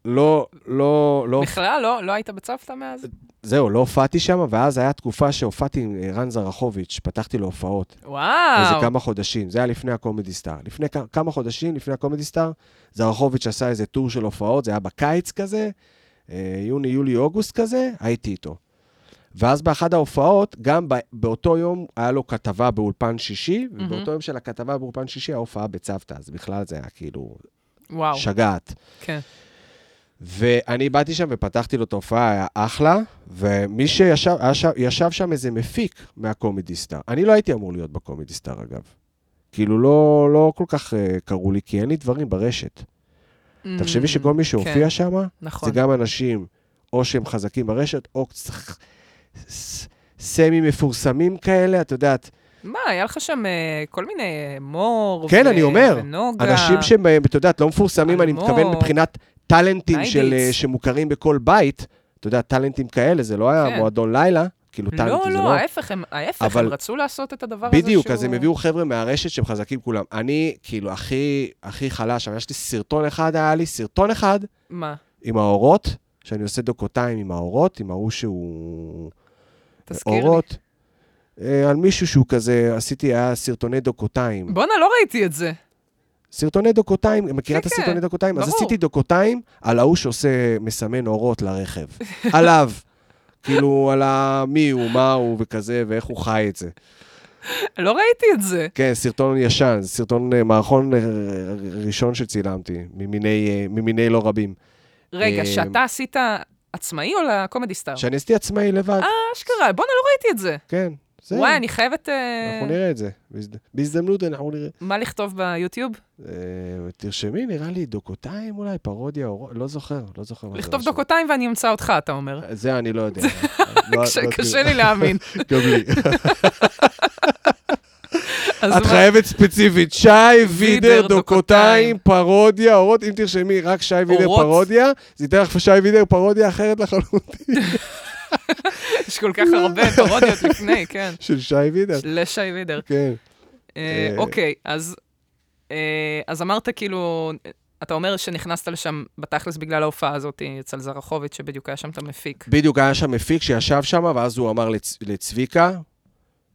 לא, לא, לא,
בכלל, לא, לא היית בצוותא מאז?
זהו, לא הופעתי שם, ואז הייתה תקופה שהופעתי עם אה, רן זרחוביץ', פתחתי לו הופעות. איזה
וואו.
כמה חודשים, זה היה לפני הקומדי סטאר. לפני כ- כמה חודשים, לפני הקומדי סטאר, זרחוביץ' עשה איזה טור של הופעות, זה היה בקיץ כזה, אה, יוני, יולי, אוגוסט כזה, הייתי איתו. ואז באחד ההופעות, גם ב- באותו יום היה לו כתבה באולפן שישי, ובאותו יום של הכתבה באולפן שישי היה הופעה בצוותא, אז בכלל זה היה כאילו
וואו,
שגעת.
כן.
ואני באתי שם ופתחתי לו את ההופעה, היה אחלה, ומי שישב ישב, ישב שם איזה מפיק מהקומדי סטאר. אני לא הייתי אמור להיות בקומדי סטאר, אגב. כאילו, לא, לא כל כך uh, קראו לי, כי אין לי דברים ברשת.
Mm,
תחשבי שכל מי שהופיע
כן,
שם,
נכון.
זה גם אנשים, או שהם חזקים ברשת, או קצת ס- סמי מפורסמים כאלה, את יודעת,
מה, היה לך שם אה, כל מיני מור
כן,
ו-
אני אומר,
ונוגה.
אנשים שהם, אה, את יודעת, לא מפורסמים, אני
אלמוג.
מתכוון מבחינת טאלנטים של, אה,
ניידיץ.
שמוכרים בכל בית. אתה יודע, טאלנטים כאלה, זה לא היה
כן.
מועדון לילה, כאילו
לא,
טאלנטים, זה
לא,
לא...
ההפך, הם- ההפך,
אבל-
הם רצו לעשות את הדבר הזה שהוא...
בדיוק, אז הם הביאו חבר'ה מהרשת שהם חזקים כולם. אני, כאילו, הכי, הכי חלש, אבל יש לי סרטון אחד, היה לי סרטון אחד
מה?
עם האורות, שאני עושה דוקותיים עם האורות, עם ההוא שהוא...
תזכיר
אורות. אה, על מישהו שהוא כזה, עשיתי, היה סרטוני דוקותיים.
לי. בואנה, לא ראיתי את זה.
סרטוני דוקותיים, מכירה את
כן,
הסרטוני
כן,
דוקותיים? אז
ברור.
עשיתי דוקותיים על ההוא שעושה, מסמן אורות לרכב. עליו. כאילו, על ה... מי הוא, מה הוא וכזה, ואיך הוא חי את זה.
לא ראיתי את זה.
כן, סרטון ישן, זה סרטון אה, מערכון אה, ראשון שצילמתי, ממיני, אה, ממיני לא רבים.
רגע,
אה,
שאתה עשית עצמאי או לקומדי סטאר?
שאני עשיתי עצמאי לבד,
אשכרה, בואנה, לא ראיתי את זה.
כן. זה,
אה, וואי, אני חייבת... אה,
אנחנו נראה את זה. בהזד- בהזדמנות אנחנו נראה.
מה לכתוב ביוטיוב?
אה, תרשמי, נראה לי דוקותיים אולי, פרודיה, או... לא זוכר, לא זוכר. מה זה
לכתוב
רשום.
דוקותיים ואני אמצא אותך, אתה אומר.
זה אני לא יודע.
קשה- קשה לי להאמין.
גם לי.
אז
את
מה?
חייבת ספציפית, שי וידר,
וידר,
דוקותיים,
דוקותיים.
פרודיה, אורות, אם תרשמי רק שי וידר
אורות?
פרודיה, זה ייתן לך שי וידר פרודיה אחרת לחלוטין
יש כל כך הרבה פרודיות לפני, כן.
של שי וידר.
לשי וידר.
כן.
אה,
אה,
אוקיי, אז... אה, אז אמרת כאילו, אתה אומר שנכנסת לשם בתכלס בגלל ההופעה הזאת אצל זרחוביץ', שבדיוק היה שם את המפיק.
בדיוק היה שם מפיק שישב שם, ואז הוא אמר לצ... לצביקה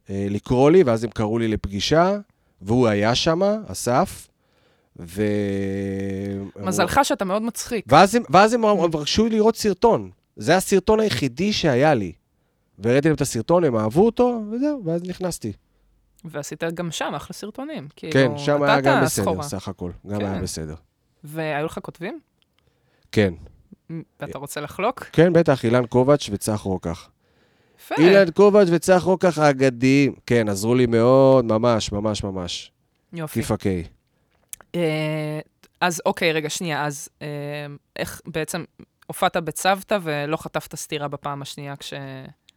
אה, לקרוא לי, ואז הם קראו לי לפגישה, והוא היה שם, אסף, ו... אה,
מזלך שאתה מאוד מצחיק.
ואז הם, ואז הם אמרו, ביקשו לי לראות סרטון. זה הסרטון היחידי שהיה לי. והראיתי להם את הסרטון, הם אהבו אותו, וזהו, ואז נכנסתי.
ועשית גם שם אחלה סרטונים. כאילו,
כן, שם היה
נתת
גם בסדר,
סחורה.
סך הכל. גם
כן.
היה בסדר.
והיו לך כותבים?
כן.
ואתה רוצה לחלוק?
כן, בטח, אילן קובץ' וצח רוקח.
יפה.
אילן קובץ' וצח רוקח האגדיים. כן, עזרו לי מאוד, ממש, ממש, ממש.
יופי.
כיפה קיי.
אה, אז אוקיי, רגע, שנייה, אז אה, איך בעצם הופעת בצוותא ולא חטפת סטירה בפעם השנייה כש...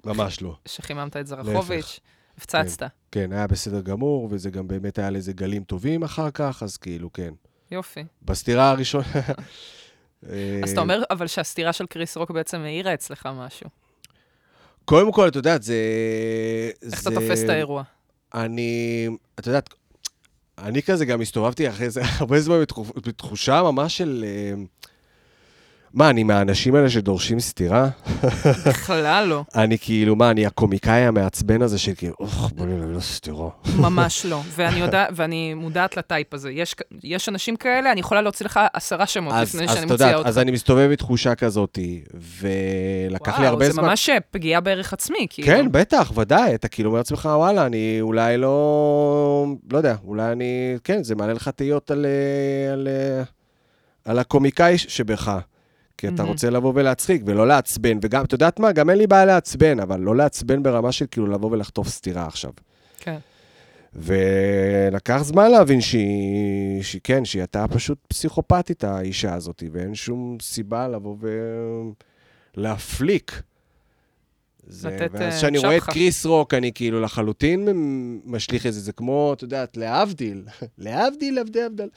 ממש לא.
שחיממת את זרחוביץ'? הפצצת.
כן, היה בסדר גמור, וזה גם באמת היה לזה גלים טובים אחר כך, אז כאילו, כן.
יופי.
בסתירה הראשונה...
אז
אה,
אתה אומר, אבל שהסטירה של קריס רוק בעצם העירה אצלך משהו.
אה, קודם כל, את יודעת, זה...
איך אתה
זה-
תופס את האירוע?
אני, את יודעת, אני כזה גם הסתובבתי אחרי זה הרבה זמן בתחוש, בתחושה ממש של... אה, מה, אני מהאנשים האלה שדורשים סטירה?
בכלל לא.
אני כאילו, מה, אני הקומיקאי המעצבן הזה של כאילו, אוח, בוא נראה לו סטירה.
ממש לא. ואני, יודע, ואני מודעת לטייפ הזה. יש, כ- יש אנשים כאלה, אני יכולה להוציא לך עשרה שמות
אז,
לפני
אז
שאני
את
מוציאה
יודעת,
אותך.
אז אני מסתובב בתחושה כזאת, ולקח לי הרבה
וואו,
זמן.
זה ממש אה, פגיעה בערך עצמי, כאילו.
כן, בטח, ודאי. אתה כאילו אומר לעצמך, וואלה, אני אולי לא... לא יודע, אולי אני... כן, זה מעלה לך תהיות על, אה, על, אה, על הקומיקאי ש- שבך. כי אתה
מהמם.
רוצה לבוא ולהצחיק ולא לעצבן, וגם, את יודעת מה? גם אין לי בעיה לעצבן, אבל לא לעצבן ברמה של כאילו לבוא ולחטוף סטירה עכשיו. אה,
כן.
ולקח זמן להבין שהיא, שהיא כן, שהיא הייתה פשוט פסיכופתית, האישה הזאת, ואין שום סיבה לבוא ולהפליק. זה,
לתת,
ואז
אה,
כשאני רואה את
שפחה.
קריס רוק, אני כאילו לחלוטין מ- משליך את זה, זה כמו, את יודעת, להבדיל, להבדיל, עבדי הבדל.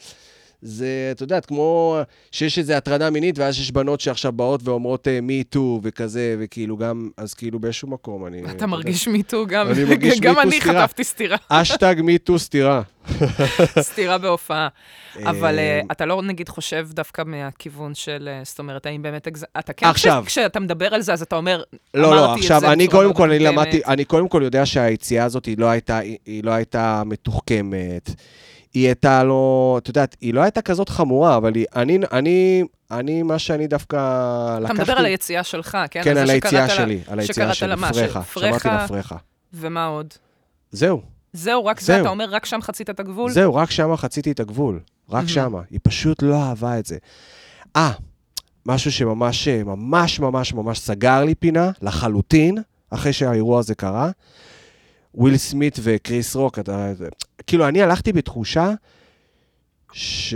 זה, את יודעת, כמו שיש איזו הטרדה מינית, ואז יש בנות שעכשיו באות ואומרות מי טו וכזה, וכאילו גם, אז כאילו באיזשהו מקום אני...
אתה מרגיש מיטו גם.
אני מרגיש
גם
Me Too
אני
סטירה.
חטפתי סטירה,
אשטג מי טו סטירה.
סטירה בהופעה. אבל
אה,
אה, אתה לא, נגיד, חושב דווקא מהכיוון של, אה, זאת אומרת, האם באמת... הגז- אתה כן,
עכשיו.
כש- כשאתה מדבר על זה, אז אתה אומר,
לא, לא,
אמרתי את
עכשיו,
זה
אני
בצורה
קודם כל, אני
מאוד מוקדמת.
למדתי, אני קודם כל יודע שהיציאה הזאת היא לא הייתה, היא היא לא הייתה מתוחכמת. היא הייתה לא, את יודעת, היא לא הייתה כזאת חמורה, אבל היא, אני, אני, אני, מה שאני דווקא
אתה
לקחתי...
מדבר על היציאה שלך, כן?
כן,
זה
על
שקראת
היציאה
לה-
שלי, על היציאה
שקראת
שלי,
לה מה?
פרחה,
שפרחה-
שמעתי לה פרחה.
ומה עוד?
זהו,
זהו, רק זה,
זהו.
אתה אומר, רק שם חצית את הגבול?
זהו, רק שמה חציתי את הגבול. רק
Mhm.
שמה. היא פשוט לא אהבה את זה. אה, משהו שממש, אה, ממש, ממש, ממש סגר לי פינה, לחלוטין, אחרי שהאירוע הזה קרה. וויל סמית וקריס רוק, אתה... כאילו, אני הלכתי בתחושה ש...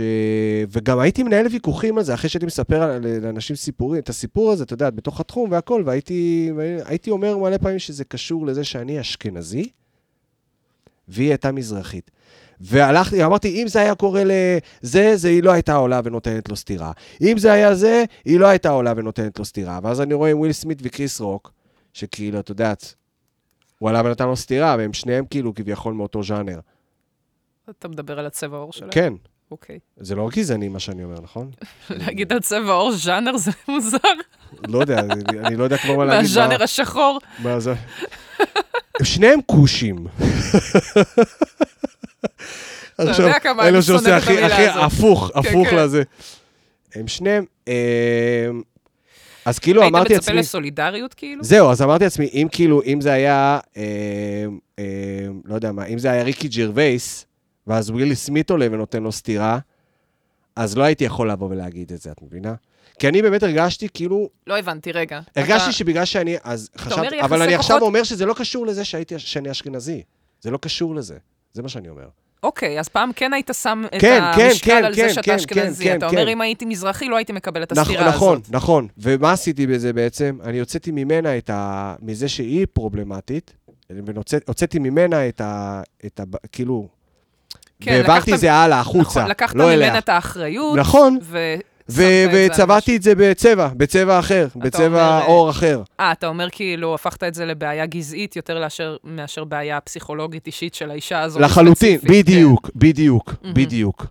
וגם הייתי מנהל ויכוחים על זה, אחרי שהייתי מספר על- לאנשים סיפורים, את הסיפור הזה, אתה יודעת, בתוך התחום והכל, והייתי הייתי אומר מלא פעמים שזה קשור לזה שאני אשכנזי, והיא הייתה מזרחית. והלכתי, אמרתי, אם זה היה קורה לזה, זה היא לא הייתה עולה ונותנת לו סטירה. אם זה היה זה, היא לא הייתה עולה ונותנת לו סטירה. ואז אני רואה עם וויל סמית וקריס רוק, שכאילו, את יודעת, הוא עלה ונתן לו סטירה, והם שניהם כאילו כביכול מאותו ז'אנר.
אתה מדבר על הצבע העור שלהם?
כן,
אוקיי.
זה לא גזעני מה שאני אומר, נכון?
להגיד על צבע עור ז'אנר זה מוזר,
לא יודע, אני- אני לא יודע כבר מה להגיד. מה-
מהז'אנר השחור.
מה זה? שניהם כושים. עכשיו,
כמה
אלו
אני
שעושה
שונאת את
הכי-
המילה
הכי
הזאת.
הפוך, הפוך
כן.
לזה. הם שניהם... אמ, אז כאילו
היית
אמרתי
מצפה
לעצמי...
לסולידריות, כאילו?
זהו, אז אמרתי לעצמי, אם כאילו, אם זה היה, אמ, אמ, לא יודע מה, אם זה היה ריקי ג'רווייס, ואז ווילי סמית עולה ונותן לו סטירה, אז לא הייתי יכול לבוא ולהגיד את זה, את מבינה? כי אני באמת הרגשתי כאילו,
לא הבנתי, רגע.
הרגשתי
ש...
שבגלל שאני, אז
אומר
חשבתי,
יחסי
אבל אני עכשיו
כוחות-
אומר שזה לא קשור לזה שהייתי, שאני אשכנזי. זה לא קשור לזה. זה מה שאני אומר.
אוקיי, אז פעם כן היית שם את
כן, כן,
המשקל
כן,
על
כן,
זה
כן,
שאתה אשכנזי.
כן,
אתה
כן.
אומר, אם הייתי מזרחי, לא הייתי מקבל את
נכ-
הסתירה
נכון,
הזאת.
נכון. ומה עשיתי בזה בעצם? אני הוצאתי ממנה את ה... מזה שהיא פרובלמטית, והוצאתי ממנה את ה... את ה... כאילו...
כן,
והעברתי
לקחת-
את זה הלאה, החוצה,
נכון, לקחת
לא אליה.
ממנה את האחריות.
נכון,
ו...
ו-
שמת את זה על
וצבעתי את זה בצבע, בצבע אחר, בצבע
אומר,
עור אחר.
אה, אתה אומר כאילו, הפכת את זה לבעיה גזעית יותר לאשר- מאשר בעיה פסיכולוגית אישית של האישה הזאת. כן.
לחלוטין,
ספציפית.
בדיוק, בדיוק,
מהמם.
בדיוק.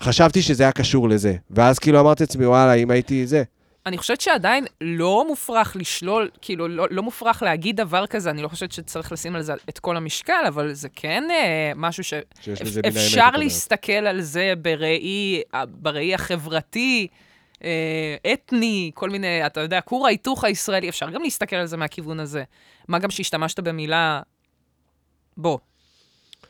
חשבתי שזה היה קשור לזה. ואז כאילו אמרתי לעצמי, וואלה, אם הייתי זה.
אני חושבת שעדיין לא מופרך לשלול, כאילו, לא, לא מופרך להגיד דבר כזה, אני לא חושבת שצריך לשים על זה את כל המשקל, אבל זה כן אה, משהו ש...
שיש
אפ-
לזה מן האמת, את
אפשר
אומרת.
להסתכל על זה בראי, ה- בראי החברתי, אה, אתני, כל מיני, אתה יודע, כור ההיתוך הישראלי, אפשר גם להסתכל על זה מהכיוון הזה. מה גם שהשתמשת במילה, בוא.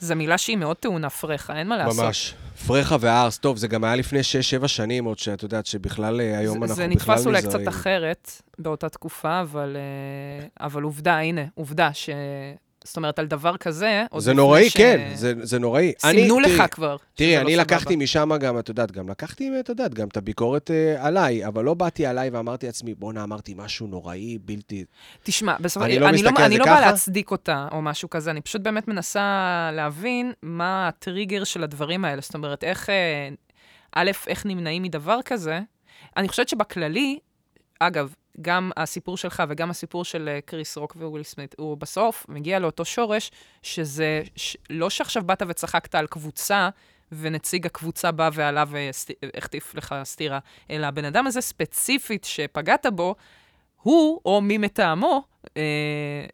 זו מילה שהיא מאוד טעונה פרחה, אין מה לעשות.
ממש. פרחה וארס, טוב, זה גם היה לפני 6-7 שנים, עוד שאת יודעת שבכלל אה, היום
זה,
אנחנו
זה
בכלל
נתפס אולי
נזהרים.
קצת אחרת באותה תקופה, אבל, אה, אבל עובדה, הנה, עובדה ש... זאת אומרת, על דבר כזה, עוד
זה
לפני
נוראי,
ש-
כן, זה, זה נוראי.
סימנו
אני-
לך
תראי,
כבר. שזה
תראי,
לא
אני
סבבה.
לקחתי משם גם, את יודעת, גם לקחתי, את יודעת, גם את הביקורת אה, עליי, אבל לא באתי עליי ואמרתי לעצמי, בואנה, אמרתי משהו נוראי, בלתי...
תשמע, בסופו
אני
של
לא
דבר, אני לא,
מסתכל על
אני
זה
לא באה
ככה.
להצדיק אותה או משהו כזה, אני פשוט באמת מנסה להבין מה הטריגר של הדברים האלה. זאת אומרת, איך, אה, א', איך נמנעים מדבר כזה. אני חושבת שבכללי, אגב, גם הסיפור שלך וגם הסיפור של אה, קריס רוק וויל סמית, הוא בסוף מגיע לאותו שורש, שזה ש... לא שעכשיו באת וצחקת על קבוצה, ונציג הקבוצה בא ועליו אה, סט- אה, החטיף לך סטירה, אלא הבן אדם הזה ספציפית שפגעת בו, הוא, או מי מטעמו, אה,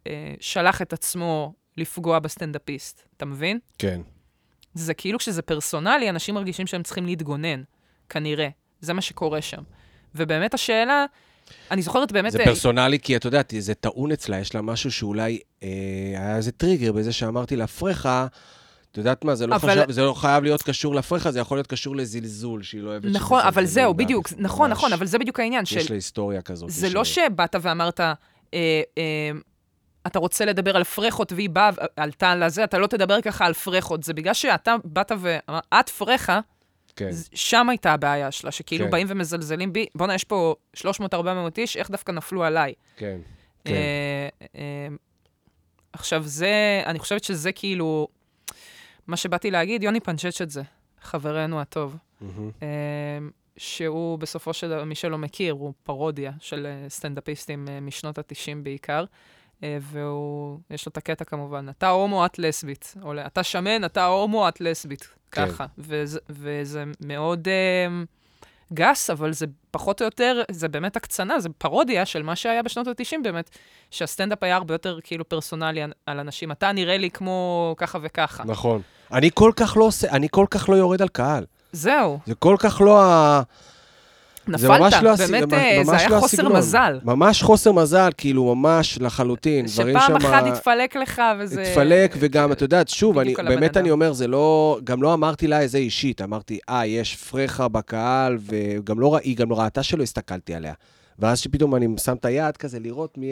אה, שלח את עצמו לפגוע בסטנדאפיסט. אתה מבין?
כן.
זה כאילו כשזה פרסונלי, אנשים מרגישים שהם צריכים להתגונן, כנראה. זה מה שקורה שם. ובאמת השאלה, אני זוכרת באמת...
זה
אה,
פרסונלי, כי את יודעת, זה טעון אצלה, יש לה משהו שאולי אה, היה איזה טריגר בזה שאמרתי לה, פרחה, את יודעת מה, זה לא,
אבל-
חשב, זה לא חייב להיות קשור לפרחה, זה יכול להיות קשור לזלזול, שהיא לא אוהבת
נכון,
שזה
אבל
זלזול
זהו,
בה.
בדיוק. נכון,
ממש.
נכון, אבל זה בדיוק העניין. של-
יש לה היסטוריה כזאת.
זה
יש
לא
לה-
שבאת ואמרת, אה, אה, אתה רוצה לדבר על פרחות והיא באה, אה, עלתה לזה, אתה לא תדבר ככה על פרחות. זה בגלל שאתה באת ואמרת, את פרחה,
כן,
ז- שם הייתה הבעיה שלה, שכאילו
כן.
באים ומזלזלים בי, בואנה, יש פה 300-400 איש, איך דווקא נפלו עליי?
כן.
כן.
כן.
אה, אה, עכשיו, זה, אני חושבת שזה כאילו, מה שבאתי להגיד, יוני פנצ'ץ' את זה, חברנו הטוב,
מהמם.
אה, שהוא בסופו של דבר, מי שלא מכיר, הוא פרודיה של אה, סטנדאפיסטים אה, משנות ה-90 בעיקר. אה, והוא, יש לו את הקטע כמובן, אתה הומו, את לסבית. או לא, אתה שמן, אתה הומו, את לסבית.
כן.
ככה. וזה, וזה מאוד אה, גס, אבל זה פחות או יותר, זה באמת הקצנה, זה פרודיה של מה שהיה בשנות ה-90 באמת, שהסטנדאפ היה הרבה יותר כאילו פרסונלי על- על אנשים. אתה נראה לי כמו ככה וככה.
נכון. אני כל כך לא עושה, אני כל כך לא יורד על קהל.
זהו,
זה כל כך לא ה...
נפלת.
זה ממש לא הסי-
באמת,
ממש-
אה, זה
ממש
היה
לא
חוסר
הסגנון.
מזל.
ממש חוסר מזל, כאילו, ממש לחלוטין. כן, דברים
שפעם
שמה-
אחת התפלק לך וזה...
התפלק, וגם, את יודעת, שוב, אני,
בדיוק על הבן
באמת
אדם.
אני אומר, זה לא, גם לא אמרתי לה איזה אישית, אמרתי, אה, יש פרחה בקהל, וגם לא, רא- היא גם לא ראתה שלא הסתכלתי עליה. ואז שפתאום אני שם את היד כזה לראות מי...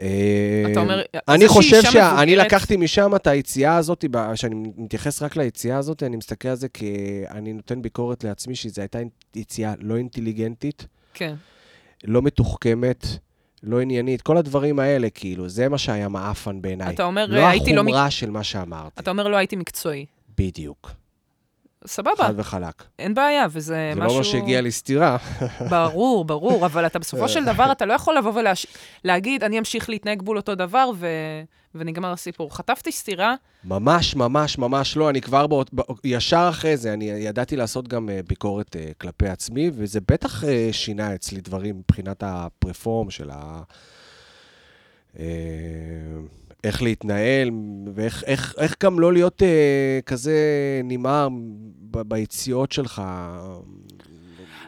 אה,
אתה אומר, זה
אני
שהיא
חושב
אישה
שאני
מבוגרת-
לקחתי משם את היציאה הזאת, ב- שאני מתייחס רק ליציאה הזאת, אני מסתכל על זה כ... אני נותן ביקורת לעצמי שזו הייתה יציאה לא אינטליגנטית,
כן.
לא מתוחכמת, לא עניינית, כל הדברים האלה, כאילו, זה מה שהיה מעפן בעיניי.
אתה אומר,
לא
הייתי לא... מק-
החומרה של מה שאמרתי.
אתה אומר, לא הייתי מקצועי.
בדיוק.
סבבה,
חד וחלק.
אין בעיה, וזה
זה
אה, משהו...
לא אומר שהגיע לי סתירה.
ברור, ברור, אבל אתה בסופו של דבר, אתה לא יכול לבוא ולהגיד, אני אמשיך להתנהג בול אותו דבר, ו... ונגמר הסיפור. חטפתי סטירה,
ממש, ממש, ממש לא. אני כבר באות, ב, ישר אחרי זה, אני ידעתי לעשות גם אה, ביקורת אה, כלפי עצמי, וזה בטח אה, שינה אצלי דברים מבחינת הפרפורם של ה... אה, איך להתנהל, ואיך איך, איך גם לא להיות אה, כזה נמהר ב- ביציאות שלך.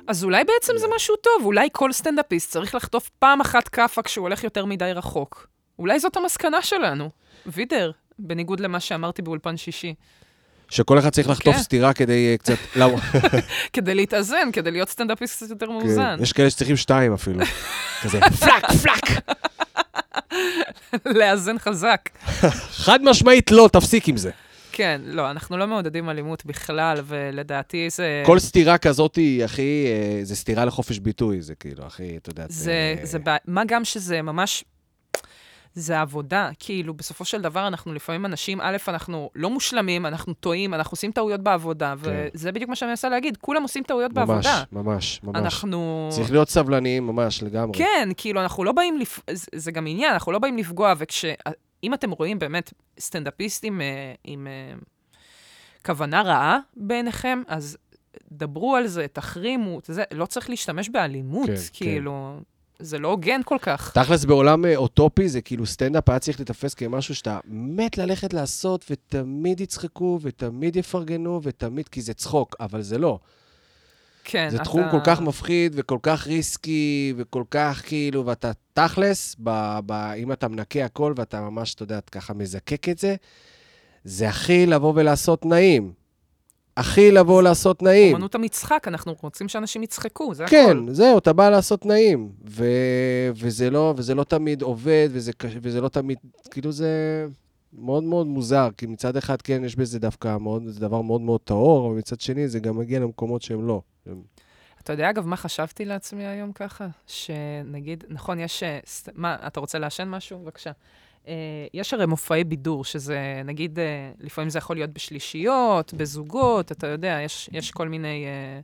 אז אולי בעצם
לא.
זה משהו טוב, אולי כל סטנדאפיסט צריך לחטוף פעם אחת כאפה כשהוא הולך יותר מדי רחוק. אולי זאת המסקנה שלנו. וידר, בניגוד למה שאמרתי באולפן שישי.
שכל אחד צריך לחטוף
כן.
סטירה כדי אה, קצת... לא,
כדי להתאזן, כדי להיות סטנדאפיסט קצת
כן.
יותר מאוזן.
יש כאלה שצריכים שתיים אפילו. כזה, פלאק, פלאק.
לאזן חזק.
חד משמעית לא, תפסיק עם זה.
כן, לא, אנחנו לא מעודדים אלימות בכלל, ולדעתי זה...
כל סתירה כזאת היא, אחי, אה, זה סתירה לחופש ביטוי, זה כאילו, אחי, אתה יודע.
זה, זה בע... מה גם שזה ממש... זה עבודה, כאילו, בסופו של דבר אנחנו לפעמים אנשים, א', אנחנו לא מושלמים, אנחנו טועים, אנחנו עושים טעויות בעבודה,
כן.
וזה בדיוק מה שאני מנסה להגיד, כולם עושים טעויות
ממש,
בעבודה.
ממש, ממש.
אנחנו...
צריך להיות סבלניים ממש לגמרי.
כן, כאילו, אנחנו לא באים, לפ... זה, זה גם עניין, אנחנו לא באים לפגוע, וכש... אם אתם רואים באמת סטנדאפיסטים אה, עם... אה, כוונה רעה בעיניכם, אז דברו על זה, תחרימו, זה, לא צריך להשתמש באלימות,
כן,
כן,
כן.
כאילו, כן. זה לא הוגן כל כך.
תכלס, בעולם אה, אוטופי זה כאילו סטנדאפ היה צריך להיתפס כמשהו שאתה מת ללכת לעשות, ותמיד יצחקו, ותמיד יפרגנו, ותמיד, כי זה צחוק, אבל זה לא.
כן,
זה תחום כל כך מפחיד, וכל כך ריסקי, וכל כך כאילו, ואתה תכלס, ב, ב, אם אתה מנקה הכל, ואתה ממש, אתה יודע, את ככה מזקק את זה, זה הכי לבוא ולעשות נעים. הכי לבוא לעשות נעים.
אומנות המצחק, אנחנו רוצים שאנשים יצחקו, זה
כן,
הכול.
זהו, אתה בא לעשות נעים. ו... וזה, לא, וזה לא תמיד עובד, וזה, קש... וזה לא תמיד, כאילו זה מאוד מאוד מוזר, כי מצד אחד, כן, יש בזה דווקא מאוד, זה דבר מאוד מאוד טהור, אבל מצד שני, זה גם מגיע למקומות שהם לא.
אתה יודע, אגב, מה חשבתי לעצמי היום ככה? שנגיד, נכון, יש... אה, סט- מה, אתה רוצה לעשן משהו? בבקשה. אה, יש הרי מופעי בידור, שזה, נגיד, אה, לפעמים זה יכול להיות בשלישיות, בזוגות, אתה יודע, יש, יש כל מיני... אה,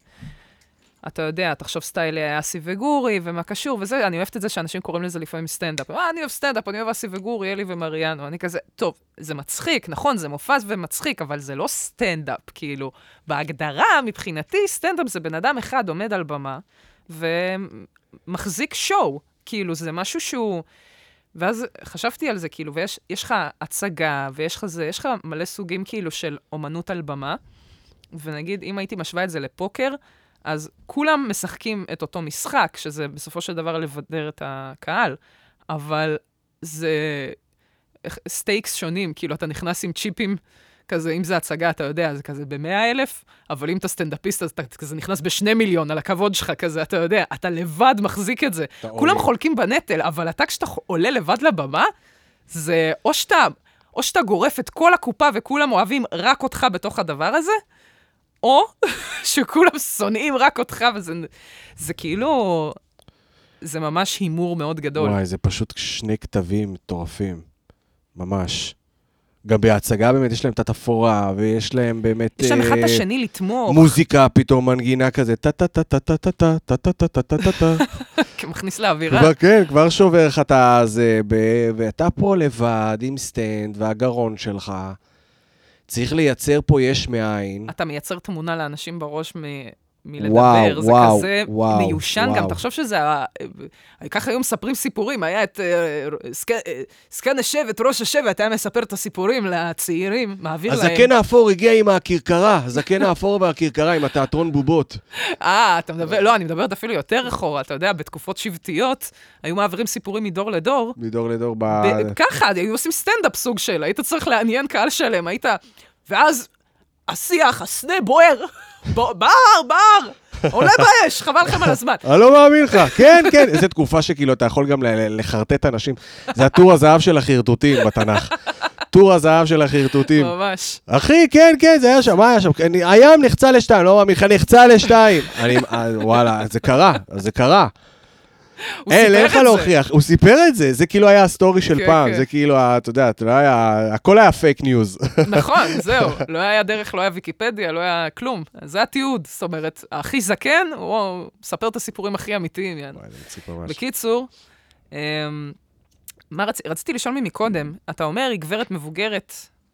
אתה יודע, תחשוב סטייל אה, אסי וגורי, ומה קשור, וזה, אני אוהבת את זה שאנשים קוראים לזה לפעמים סטנדאפ. אה, אני אוהב סטנדאפ, אני אוהב אסי וגורי, אלי ומריאנו. אני כזה, טוב, זה מצחיק, נכון, זה מופע ומצחיק, אבל זה לא סטנדאפ, כאילו. בהגדרה, מבחינתי, סטנדאפ זה בן אדם אחד עומד על במה ומחזיק שואו. כאילו, זה משהו שהוא... ואז חשבתי על זה, כאילו, ויש יש לך הצגה, ויש לך זה, יש לך מלא סוגים, כאילו, של אומנות על במה. ונגיד, אם הייתי משווה את זה לפוקר, אז כולם משחקים את אותו משחק, שזה בסופו של דבר לבדר את הקהל, אבל זה סטייקס שונים, כאילו, אתה נכנס עם צ'יפים כזה, אם זה הצגה, אתה יודע, זה כזה ב-100 אלף, אבל אם אתה סטנדאפיסט, אז אתה כזה נכנס בשני מיליון על הכבוד שלך, כזה, אתה יודע, אתה לבד מחזיק את זה. כולם חולקים בנטל, אבל אתה כשאתה ח- עולה לבד לבמה, זה או שאתה, או שאתה גורף את כל הקופה וכולם אוהבים רק אותך בתוך הדבר הזה, או שכולם שונאים רק אותך, וזה זה כאילו... זה ממש הימור מאוד גדול.
וואי, זה פשוט שני כתבים מטורפים, ממש. גם בהצגה באמת יש להם את התפאורה, ויש להם באמת...
יש להם אחד
אה,
את השני לתמוך,
מוזיקה, פתאום מנגינה כזה, טה-טה-טה-טה-טה-טה, טה-טה-טה-טה-טה-טה.
מכניס לאווירה.
כבר כן, כבר שובר לך את הזה, ב- ואתה פה לבד עם סטנד והגרון שלך. צריך לייצר פה יש מאין.
אתה מייצר תמונה לאנשים בראש מ... מלדבר,
וואו,
זה
וואו,
כזה
וואו,
מיושן גם,
וואו.
תחשוב שזה, ה- אה, ככה היו מספרים סיפורים, היה את אה, ר- זק- אה, זקן השבט, ראש השבט, היה מספר את הסיפורים לצעירים, מעביר להם.
הזקן האפור הגיע עם הכרכרה, הזקן האפור והכרכרה עם התיאטרון בובות.
אה, אתה מדבר, לא, אני מדברת אפילו יותר אחורה, אתה יודע, בתקופות שבטיות, היו מעבירים סיפורים מדור לדור,
מדור לדור ב...
ב- ככה, היו עושים סטנדאפ סוג של, היית צריך לעניין קהל שלם, היית... ואז השיח, הסנה בוער, בוער, בער, עולה באש, חבל לכם על הזמן.
אני לא מאמין לך, כן, כן. איזו תקופה שכאילו אתה יכול גם ל- ל- לחרטט אנשים. זה הטור הזהב של החרטוטים בתנ"ך. טור הזהב של החרטוטים.
ממש.
אחי, כן, כן, זה היה שם, מה היה שם? אני- הים נחצה לשתיים, לא מאמין לך, נחצה לשתיים. אני, אה, וואלה, זה קרה, זה קרה.
הוא
אין,
סיפר
אין
את
לך
זה.
להוכיח, הוא סיפר את זה, זה כאילו היה הסטורי של
כן,
פעם,
כן.
זה כאילו, ה- אתה יודע, אתה לא היה, הכל היה פייק ניוז.
נכון, זהו. לא היה דרך, לא היה ויקיפדיה, לא היה כלום. זה התיעוד. זאת אומרת, הכי זקן, הוא מספר את הסיפורים הכי אמיתיים. יעני.
וואי, זה מצחיק ממש.
בקיצור, אמ, מה רצ... רציתי לשאול ממקודם, אתה אומר, היא גברת מבוגרת,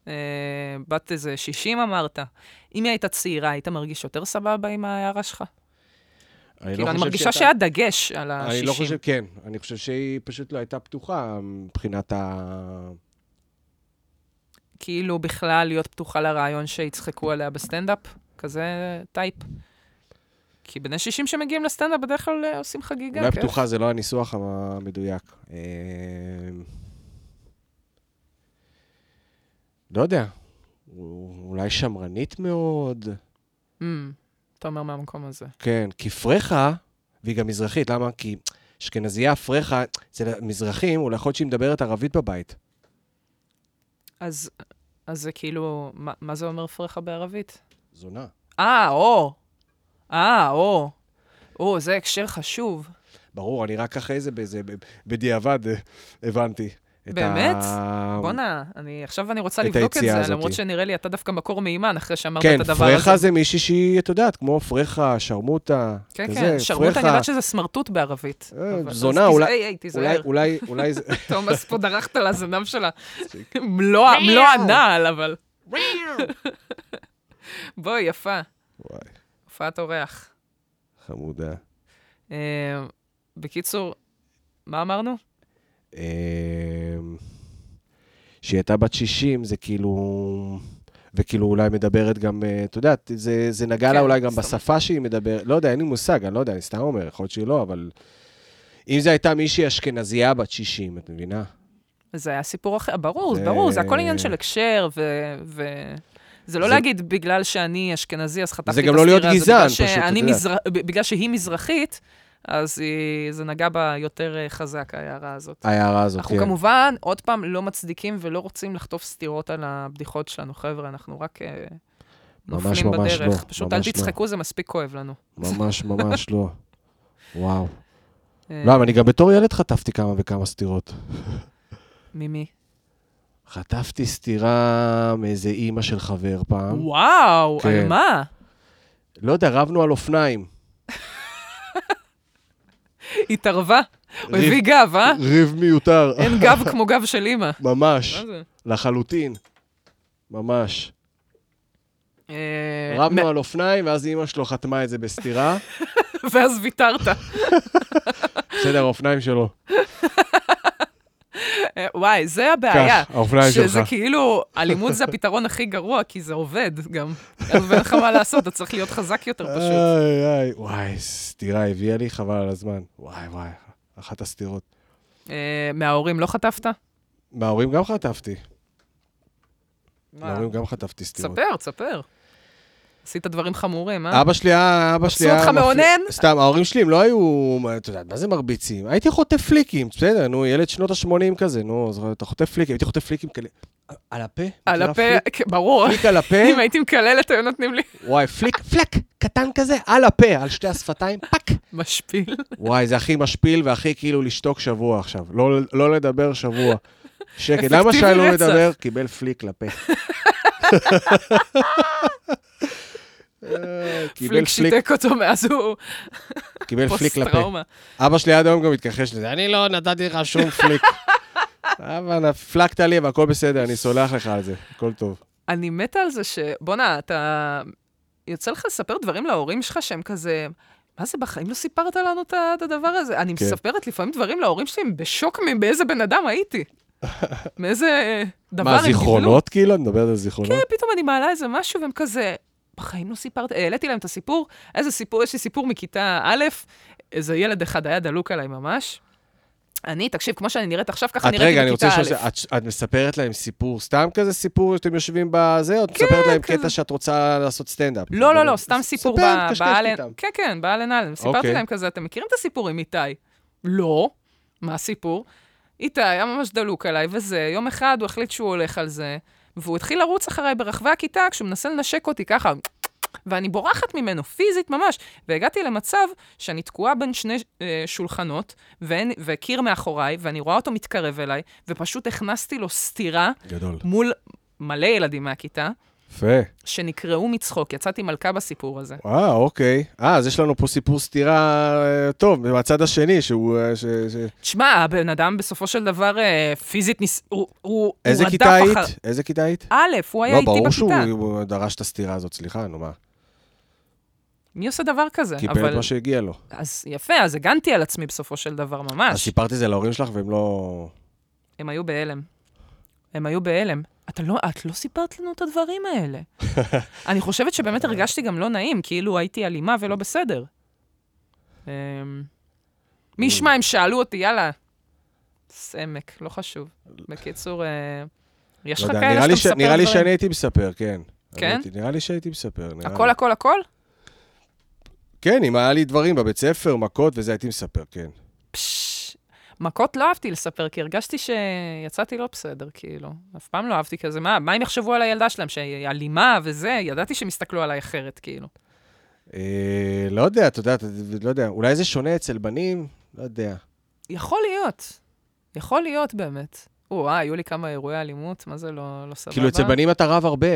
אה, בת איזה 60 אמרת, אם היא הייתה צעירה, היית מרגיש יותר סבבה עם ההערה שלך? כאילו, אני מרגישה שהיה דגש על ה-60.
לא אני לא חושב, כן. אני חושב שהיא פשוט לא הייתה פתוחה מבחינת ה...
כאילו, בכלל להיות פתוחה לרעיון שיצחקו עליה בסטנדאפ, כזה טייפ. כי בני 60 שמגיעים לסטנדאפ בדרך כלל אה, עושים חגיגה.
אולי
כיף.
פתוחה זה לא הניסוח המדויק. אמ, אה, לא יודע, אולי שמרנית מאוד.
Mm, אתה אומר מהמקום הזה.
כן, כי פרחה, והיא גם מזרחית, למה? כי אשכנזייה פרחה, אצל המזרחים, אולי יכול להיות שהיא מדברת ערבית בבית.
אז, אז זה כאילו, מה, מה זה אומר פרחה בערבית?
זונה.
אה, או. אה, או. או, זה הקשר חשוב.
ברור, אני רק אחרי זה, באיזה, ב- בדיעבד, אה, הבנתי. את
באמת?
ה-
בואנה, אני, עכשיו אני רוצה
את
לבדוק את
היציאה
זה,
הזאת.
למרות שנראה לי אתה דווקא מקור מהימן אחרי שאמרת
כן,
את הדבר הזה.
פרחה זה מישהי שהיא, את יודעת, כמו פרחה, שרמוטה,
כן,
כזה,
כן, שרמוט, אני
פרחה.
יודעת שזה סמרטוט בערבית.
אה,
אבל- אז
זונה,
תיז-
אולי-
היי, היי,
אולי,
תיזהר.
אולי, אולי זה...
תומאס פה דרכת לא- על הזנב שלה. מלוא מלוא הנעל, אבל. בואי, יפה,
וואי,
הופעת אורח.
חמודה.
אה, בקיצור, מה אמרנו?
אמ, שהיא הייתה בת 60, זה כאילו... וכאילו אולי מדברת גם, אה, את יודעת, זה, זה נגע
כן,
לה אולי גם
זאת אומרת.
בשפה שהיא מדברת, לא יודע, אין לי מושג, אני לא יודע, אני סתם אומר, יכול להיות שהיא לא, אבל... אם זו הייתה מישהי אשכנזייה בת 60, את מבינה?
זה היה סיפור אחר, ברור,
זה-
ברור, זה הכל עניין של הקשר, ו... ו... זה לא
זה-
להגיד בגלל שאני אשכנזי, אז חטפתי את
זה
הסטירה.
גם לא להיות גזען,
בגלל
פשוט, אתה
שאני
יודע.
מזר... ב- בגלל שהיא מזרחית, אז היא... זה נגע בה יותר אה, חזק, ההערה הזאת.
ההערה הזאת,
אנחנו
כן.
כמובן, עוד פעם, לא מצדיקים ולא רוצים לחטוף סטירות על הבדיחות שלנו, חבר'ה, אנחנו רק אה,
ממש,
נופלים
ממש
בדרך.
לא,
פשוט אל
ממש לא.
תצחקו, זה מספיק כואב לנו.
ממש ממש לא. וואו.
אה,
לא, אבל אני גם בתור ילד חטפתי כמה וכמה סטירות.
ממי?
חטפתי סטירה מאיזה אימא של חבר פעם.
וואו, על
אה? כן.
מה?
לא יודע, רבנו על אופניים.
התערבה? הוא
ריב-
הביא גב, אה?
ריב מיותר.
אין גב כמו גב של אימא.
ממש.
מה זה?
לחלוטין. ממש.
אה,
רבנו על אופניים, ואז אימא שלו חתמה את זה בסטירה.
ואז ויתרת.
בסדר, האופניים שלו.
אה, וואי, זה הבעיה.
קח, האופניים
שזה
שלך.
כאילו, אלימות זה הפתרון הכי גרוע, כי זה עובד גם. אז ואין לך מה לעשות, אתה צריך להיות חזק יותר פשוט.
איי, איי. וואי, סטירה הביאה לי, חבל על הזמן. וואי, וואי, אחת הסטירות.
אה, מההורים לא חטפת?
מההורים גם חטפתי.
מה?
מההורים גם חטפתי סטירות.
תספר, תספר. עשית דברים חמורים, אה?
אבא שלי היה, אבא שלי
תפסו
היה...
אותך
מפלי-
מאונן?
סתם, ההורים שלי הם לא היו, מה, את יודעת, מה זה מרביצים? הייתי חוטף פליקים, בסדר, נו, ילד שנות ה-80 כזה, נו, אז אתה חוטף פליקים, הייתי חוטף פליקים כאלה. על הפה?
על
מכירה
הפה,
פליק?
כן, ברור.
פליק על הפה?
אם הייתי מקללת, היו נותנים לי
וואי, פליק, פלק, קטן כזה, על הפה, על שתי השפתיים, פאק.
משפיל.
וואי, זה הכי משפיל והכי כאילו לשתוק שבוע עכשיו. לא, לא לדבר שבוע. שקט.
אפקטיבי
למה שי לא
רצח.
מדבר? קיבל פליק לפה. אה, קיבל
פליק
פליק,
שיתק אותו מאז הוא
קיבל פליק לפה.
פוסט-טראומה.
אבא שלי עד היום גם מתכחש לזה, אני לא נתתי לך שום פליק. אבל הפלקת לי והכל בסדר, אני סולח לך על זה, הכל טוב.
אני מתה על זה ש... בואנה, אתה... יוצא לך לספר דברים להורים שלך שהם כזה... מה זה, בחיים לא סיפרת לנו את ה- את הדבר הזה? אני
כן.
מספרת לפעמים דברים להורים שלי, הם בשוק מבאיזה בן אדם הייתי. מאיזה אה, דבר הם
מה,
קיבלו.
זיכרונות כאילו? את מדברת על זיכרונות?
כן, פתאום אני מעלה איזה משהו, והם כזה, בחיים לא סיפרת, העליתי להם את הסיפור, איזה סיפור, יש לי סיפור מכיתה א', איזה ילד אחד היה דלוק עליי ממש. אני, תקשיב, כמו שאני נראית עכשיו, ככה
את
נראיתי
רגע, אני רוצה
בכיתה
לשאול,
א'.
את- את מספרת להם סיפור, סתם כזה סיפור שאתם יושבים בזה, או את מספרת להם
כן, כזה.
קטע שאת רוצה לעשות סטנדאפ?
לא, לא, לא, סתם סיפור
ספר,
ב-
תקשקש
באלן.
איתם.
כן, כן, באלן אלן. סיפרתי
אוקיי.
להם כזה, אתם מכירים את הסיפור עם איתי? לא. מה הסיפור? איתי היה ממש דלוק עליי, וזה, יום אחד הוא החליט שהוא הולך על זה, והוא התחיל לרוץ אחריי ברחבי הכיתה כשהוא מנסה לנשק אותי ככה. ואני בורחת ממנו, פיזית ממש. והגעתי למצב שאני תקועה בין שני אה, שולחנות, ואין, וקיר מאחוריי, ואני רואה אותו מתקרב אליי, ופשוט הכנסתי לו סטירה
גדול.
מול מלא ילדים מהכיתה,
יפה.
שנקרעו מצחוק. יצאתי מלכה בסיפור הזה.
אה, אוקיי. אה, אז יש לנו פה סיפור סתירה אה, טוב, מהצד השני, שהוא... אה, ש- ש-
תשמע, הבן אדם בסופו של דבר אה, פיזית ניס... הוא, הוא,
איזה
הוא
כיתה
רדף
היית?
אחר...
איזה כיתה היית?
א', הוא היה
לא,
איתי
ברור
בכיתה.
שהוא הוא דרש את הסתירה הזאת, סליחה, נו מה.
מי עושה דבר כזה?
קיבל
אבל...
את מה שהגיע לו.
אז יפה, אז הגנתי על עצמי בסופו של דבר
אז
ממש.
סיפרתי את זה להורים שלך והם לא...
הם היו בהלם. הם היו בהלם. אתה לא, את לא סיפרת לנו את הדברים האלה. אני חושבת שבאמת הרגשתי גם לא נעים, כאילו הייתי אלימה ולא בסדר. אמ, מי ישמע, הם שאלו אותי, יאללה. סמק, לא חשוב. בקיצור, אה, יש
לא
לך
יודע,
כאלה
נראה
שאתה מספר
לי ש- נראה לי
דברים?
שאני הייתי מספר, כן.
כן?
אני הייתי- נראה לי שהייתי מספר. נראה לי.
הכל, הכל, הכל?
כן, אם היה לי דברים בבית ספר, מכות וזה, הייתי מספר, כן.
פשש. מכות לא אהבתי לספר, כי הרגשתי שיצאתי לא בסדר, כאילו. אף פעם לא אהבתי כזה. מה, מה הם יחשבו על הילדה שלהם, שהיא אלימה וזה? ידעתי שהם יסתכלו עליי אחרת, כאילו.
אה, לא יודע, אתה יודע, אתה- לא יודע, אולי זה שונה אצל בנים? לא יודע.
יכול להיות. יכול להיות באמת. או, אה, היו לי כמה אירועי אלימות, מה זה לא, לא סבבה?
כאילו, אצל בנים אתה רב הרבה,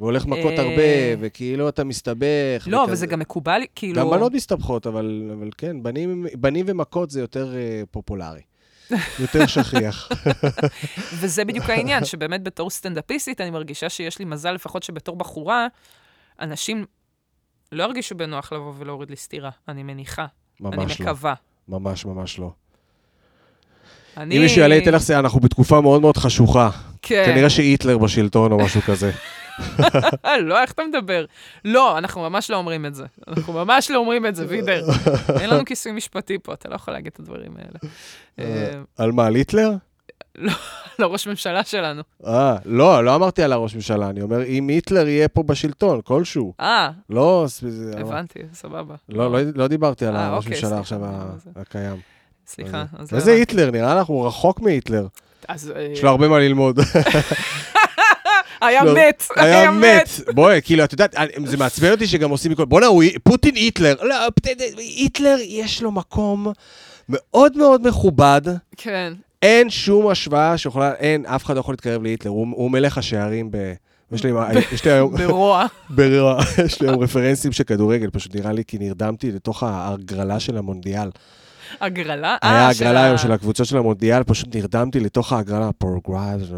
והולך מכות
אה.
הרבה, וכאילו אתה מסתבך.
לא,
וכזה.
וזה גם מקובל, כאילו...
גם בנות מסתבכות, אבל אבל כן, בנים- בנים ומכות זה יותר אה, פופולרי. יותר שכיח.
וזה בדיוק העניין, שבאמת בתור סטנדאפיסטית, אני מרגישה שיש לי מזל לפחות שבתור בחורה, אנשים לא הרגישו בנוח לבוא ולהוריד לי סטירה, אני מניחה. אני
ממש לא.
מקווה.
ממש ממש לא.
אני...
אם מישהו יעלה ייתן לך זה, אנחנו בתקופה מאוד מאוד חשוכה.
כן.
כנראה שהיטלר בשלטון או משהו כזה.
אה, לא, איך אתה מדבר? לא, אנחנו ממש לא אומרים את זה. אנחנו ממש לא אומרים את זה, וידר. אין לנו כיסוי משפטי פה, אתה לא יכול להגיד את הדברים האלה. אה,
על מה, על היטלר?
לא ראש ממשלה שלנו.
אה, לא, לא אמרתי על הראש ממשלה, אני אומר, אם היטלר יהיה פה בשלטון, כלשהו.
אה,
לא, ס- זה-
הבנתי, סבבה.
לא, לא- לא דיברתי על
אה,
הראש
אוקיי,
ממשלה
סליחה,
עכשיו ה-
זה-
הקיים.
סליחה. אז
אה, איזה
לא-
היטלר? נראה לך, הוא רחוק מהיטלר.
אז, אה,
יש לו הרבה מה ללמוד.
היה
לא,
מת,
היה מת. בואי, כאילו, את יודעת, אני- זה מעצבן אותי שגם עושים מכל... בוא'נה, הוא- פוטין היטלר. לא, פט- היטלר, יש לו מקום מאוד מאוד מכובד.
כן.
אין שום השוואה שיכולה, אין, אף אחד לא יכול להתקרב להיטלר. הוא הוא מלך השערים ב... יש לי יש לי היום...
ברוע.
ברוע, יש לי היום רפרנסים של כדורגל, פשוט נראה לי כי נרדמתי לתוך ההגרלה של המונדיאל.
הגרלה? אה,
היה
של
הגרלה
ה-
היום של הקבוצות של המונדיאל, פשוט נרדמתי לתוך ההגרלה, פורגרייב,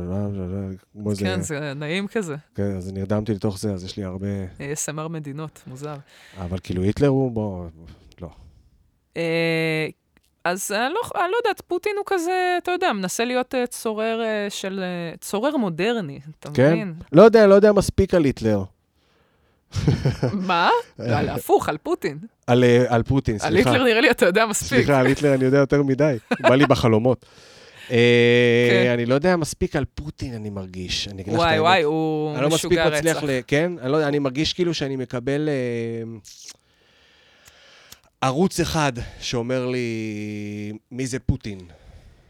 כמו זה,
כן, זה נעים כזה.
כן, אז נרדמתי לתוך זה, אז יש לי הרבה...
אה, סמר מדינות, מוזר.
אבל כאילו היטלר הוא, בוא, לא.
אה, אז אני לא, אני לא יודעת, פוטין הוא כזה, אתה יודע, מנסה להיות אה, צורר אה, של... אה, צורר מודרני, אתה
כן.
מבין?
לא יודע, לא יודע מספיק על היטלר.
מה? על הפוך, על פוטין.
על, אה, על פוטין,
על
סליחה.
היטלר נראה לי אתה יודע מספיק.
סליחה, על היטלר אני יודע יותר מדי, בא לי בחלומות. אה,
כן.
אני לא יודע מספיק על פוטין, אני מרגיש. אני אגיד לך את
וואי,
האמת.
וואי, הוא
אני לא מספיק
משוגע
מצליח
רצח.
ל... כן? אני, לא, יודע, אני מרגיש כאילו שאני מקבל אה, ערוץ אחד שאומר לי מי זה פוטין.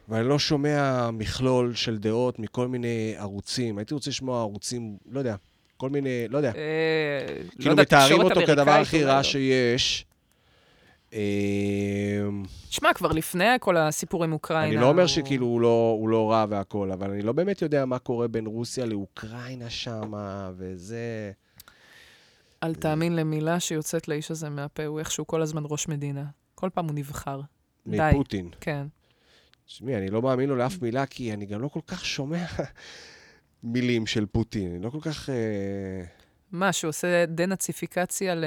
ואני לא שומע מכלול של דעות מכל מיני ערוצים. הייתי רוצה לשמוע ערוצים, לא יודע, כל מיני, לא יודע.
אה, לא
כאילו
יודע,
מתארים
תקשורת
אותו כדבר
אמריקאית
הכי
אולי
רע
לא.
שיש. אה,
שמע, כבר לפני כל הסיפור עם אוקראינה.
אני לא אומר
הוא-
שכאילו הוא לא, הוא לא רע והכול, אבל אני לא באמת יודע מה קורה בין רוסיה לאוקראינה שמה, וזה...
אל תאמין למילה שיוצאת לאיש הזה מהפה, הוא איכשהו כל הזמן ראש מדינה. כל פעם הוא נבחר. די.
מפוטין.
כן.
תשמעי, אני לא מאמין לו לאף מילה, כי אני גם לא כל כך שומע מילים של פוטין. אני לא כל כך... אה...
מה, שהוא עושה דה-נאציפיקציה ל...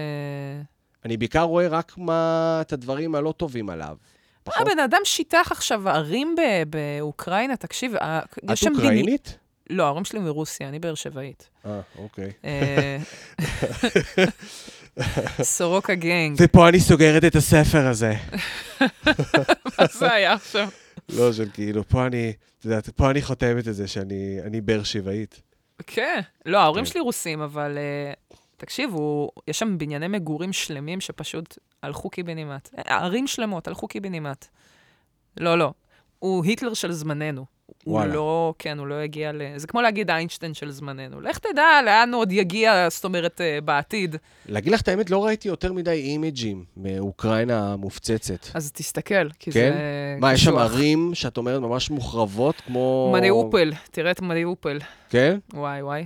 אני בעיקר רואה רק מה... את הדברים הלא טובים עליו.
מה, הבן אה, אדם שיטח עכשיו ערים ב- באוקראינה, תקשיב, ה-
את
יש שם דיני...
אוקראינית?
לא, ההורים שלי מרוסיה, אני באר שבעית.
אה, אוקיי.
אה, סורוקה גנג,
ופה אני סוגרת את הספר הזה.
מה זה היה עכשיו?
לא, של כאילו, פה אני... את יודעת, פה אני חותמת את זה שאני אני באר שבעית.
כן. לא, ההורים
כן.
שלי רוסים, אבל אה, תקשיבו, יש שם בנייני מגורים שלמים שפשוט הלכו קיבינימט. אה, ערים שלמות, הלכו קיבינימט. לא, לא. הוא היטלר של זמננו. הוא
וואלה.
לא, כן, הוא לא יגיע ל... זה כמו להגיד איינשטיין של זמננו. לך תדע לאן הוא עוד יגיע, זאת אומרת, אה, בעתיד.
להגיד לך את האמת, לא ראיתי יותר מדי אימג'ים מאוקראינה המופצצת.
אז תסתכל, כי
כן?
זה...
מה, יש שם
קשוח.
ערים שאת אומרת ממש מוחרבות, כמו...
מניאופל, תראה את מניאופל.
כן?
וואי, וואי.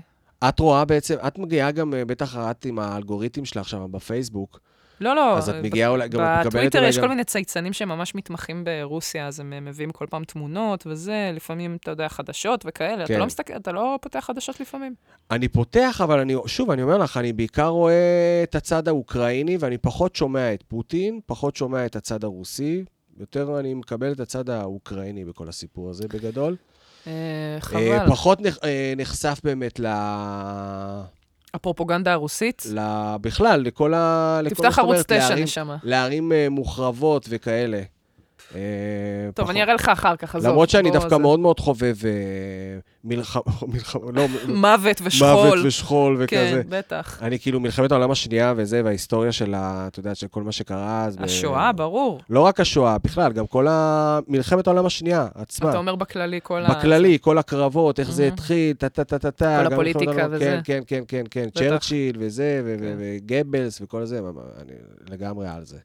את רואה בעצם, את מגיעה גם, אה, בטח את עם האלגוריתם שלך שם בפייסבוק,
לא, לא.
אז את
ב-
מגיעה אולי, גם את מקבלת
בטוויטר
אולי
יש כל
גם...
מיני צייצנים שממש מתמחים ברוסיה, אז הם אה, מביאים כל פעם תמונות וזה, לפעמים, אתה יודע, חדשות וכאלה. אתה
כן.
לא מסתכל, אתה לא פותח חדשות לפעמים.
אני פותח, אבל אני, שוב, אני אומר לך, אני בעיקר רואה את הצד האוקראיני, ואני פחות שומע את פוטין, פחות שומע את הצד הרוסי. יותר אני מקבל את הצד האוקראיני בכל הסיפור הזה, בגדול.
אה,
אה,
חבל.
פחות נח- אה, נחשף באמת ל...
הפרופוגנדה הרוסית,
ל... בכלל, לכל ה... לכל מה
תפתח
שאת
ערוץ
אומרת,
9,
לערים-
נשמה.
לערים אה, מוחרבות וכאלה. אה,
טוב,
פחות.
אני אראה לך אחר כך, עזוב.
למרות שאני
בוא,
דווקא
זה-
מאוד מאוד חובב אה, מלחמה, מלחמה- לא,
מוות
מוות
ושכול.
ושכול וכזה.
כן, בטח.
אני כאילו מלחמת העולם השנייה וזה, וההיסטוריה של ה... את יודעת, של כל מה שקרה אז. אה, ב-
השואה, ברור.
לא רק השואה, בכלל, גם כל ה... מלחמת העולם השנייה עצמה.
אתה אומר בכללי כל ה...
בכללי, כל הקרבות, איך זה
Mhm.
התחיל, טה-טה-טה-טה. גם מלחמת
הפוליטיקה
העולם-
וזה.
כן, כן, כן, כן, כן,
בטח.
צ'רצ'יל וזה, ו- ו-
כן.
וגבלס וכל זה, אבל אני לגמרי על זה.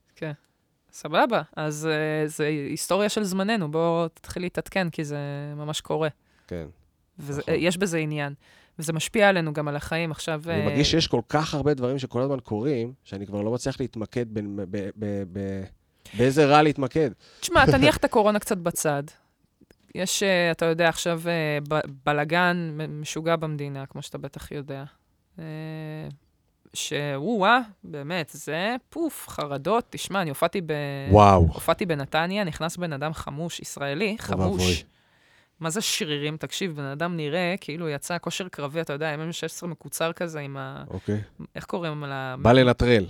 סבבה, אז אה, זה היסטוריה של זמננו, בוא תתחיל להתעדכן, כי זה ממש קורה.
כן. נכון.
ויש בזה עניין. וזה משפיע עלינו גם על החיים עכשיו.
אני
אה,
מרגיש שיש כל כך הרבה דברים שכל הזמן קורים, שאני כבר לא מצליח להתמקד בין... ב- ב- ב- באיזה רע להתמקד.
תשמע, תניח את הקורונה קצת בצד. יש, אה, אתה יודע, עכשיו אה, ב- בלגן מ- משוגע במדינה, כמו שאתה בטח יודע. אה, שוואו, באמת, זה פוף, חרדות. תשמע, אני הופעתי ב...
וואו.
הופעתי בנתניה, נכנס בן אדם חמוש, ישראלי,
ואבוי.
חמוש. מה זה שרירים? תקשיב, בן אדם נראה כאילו יצא כושר קרבי, אתה יודע, MM16 מקוצר כזה עם ה...
אוקיי.
איך קוראים לה?
בא לנטרל.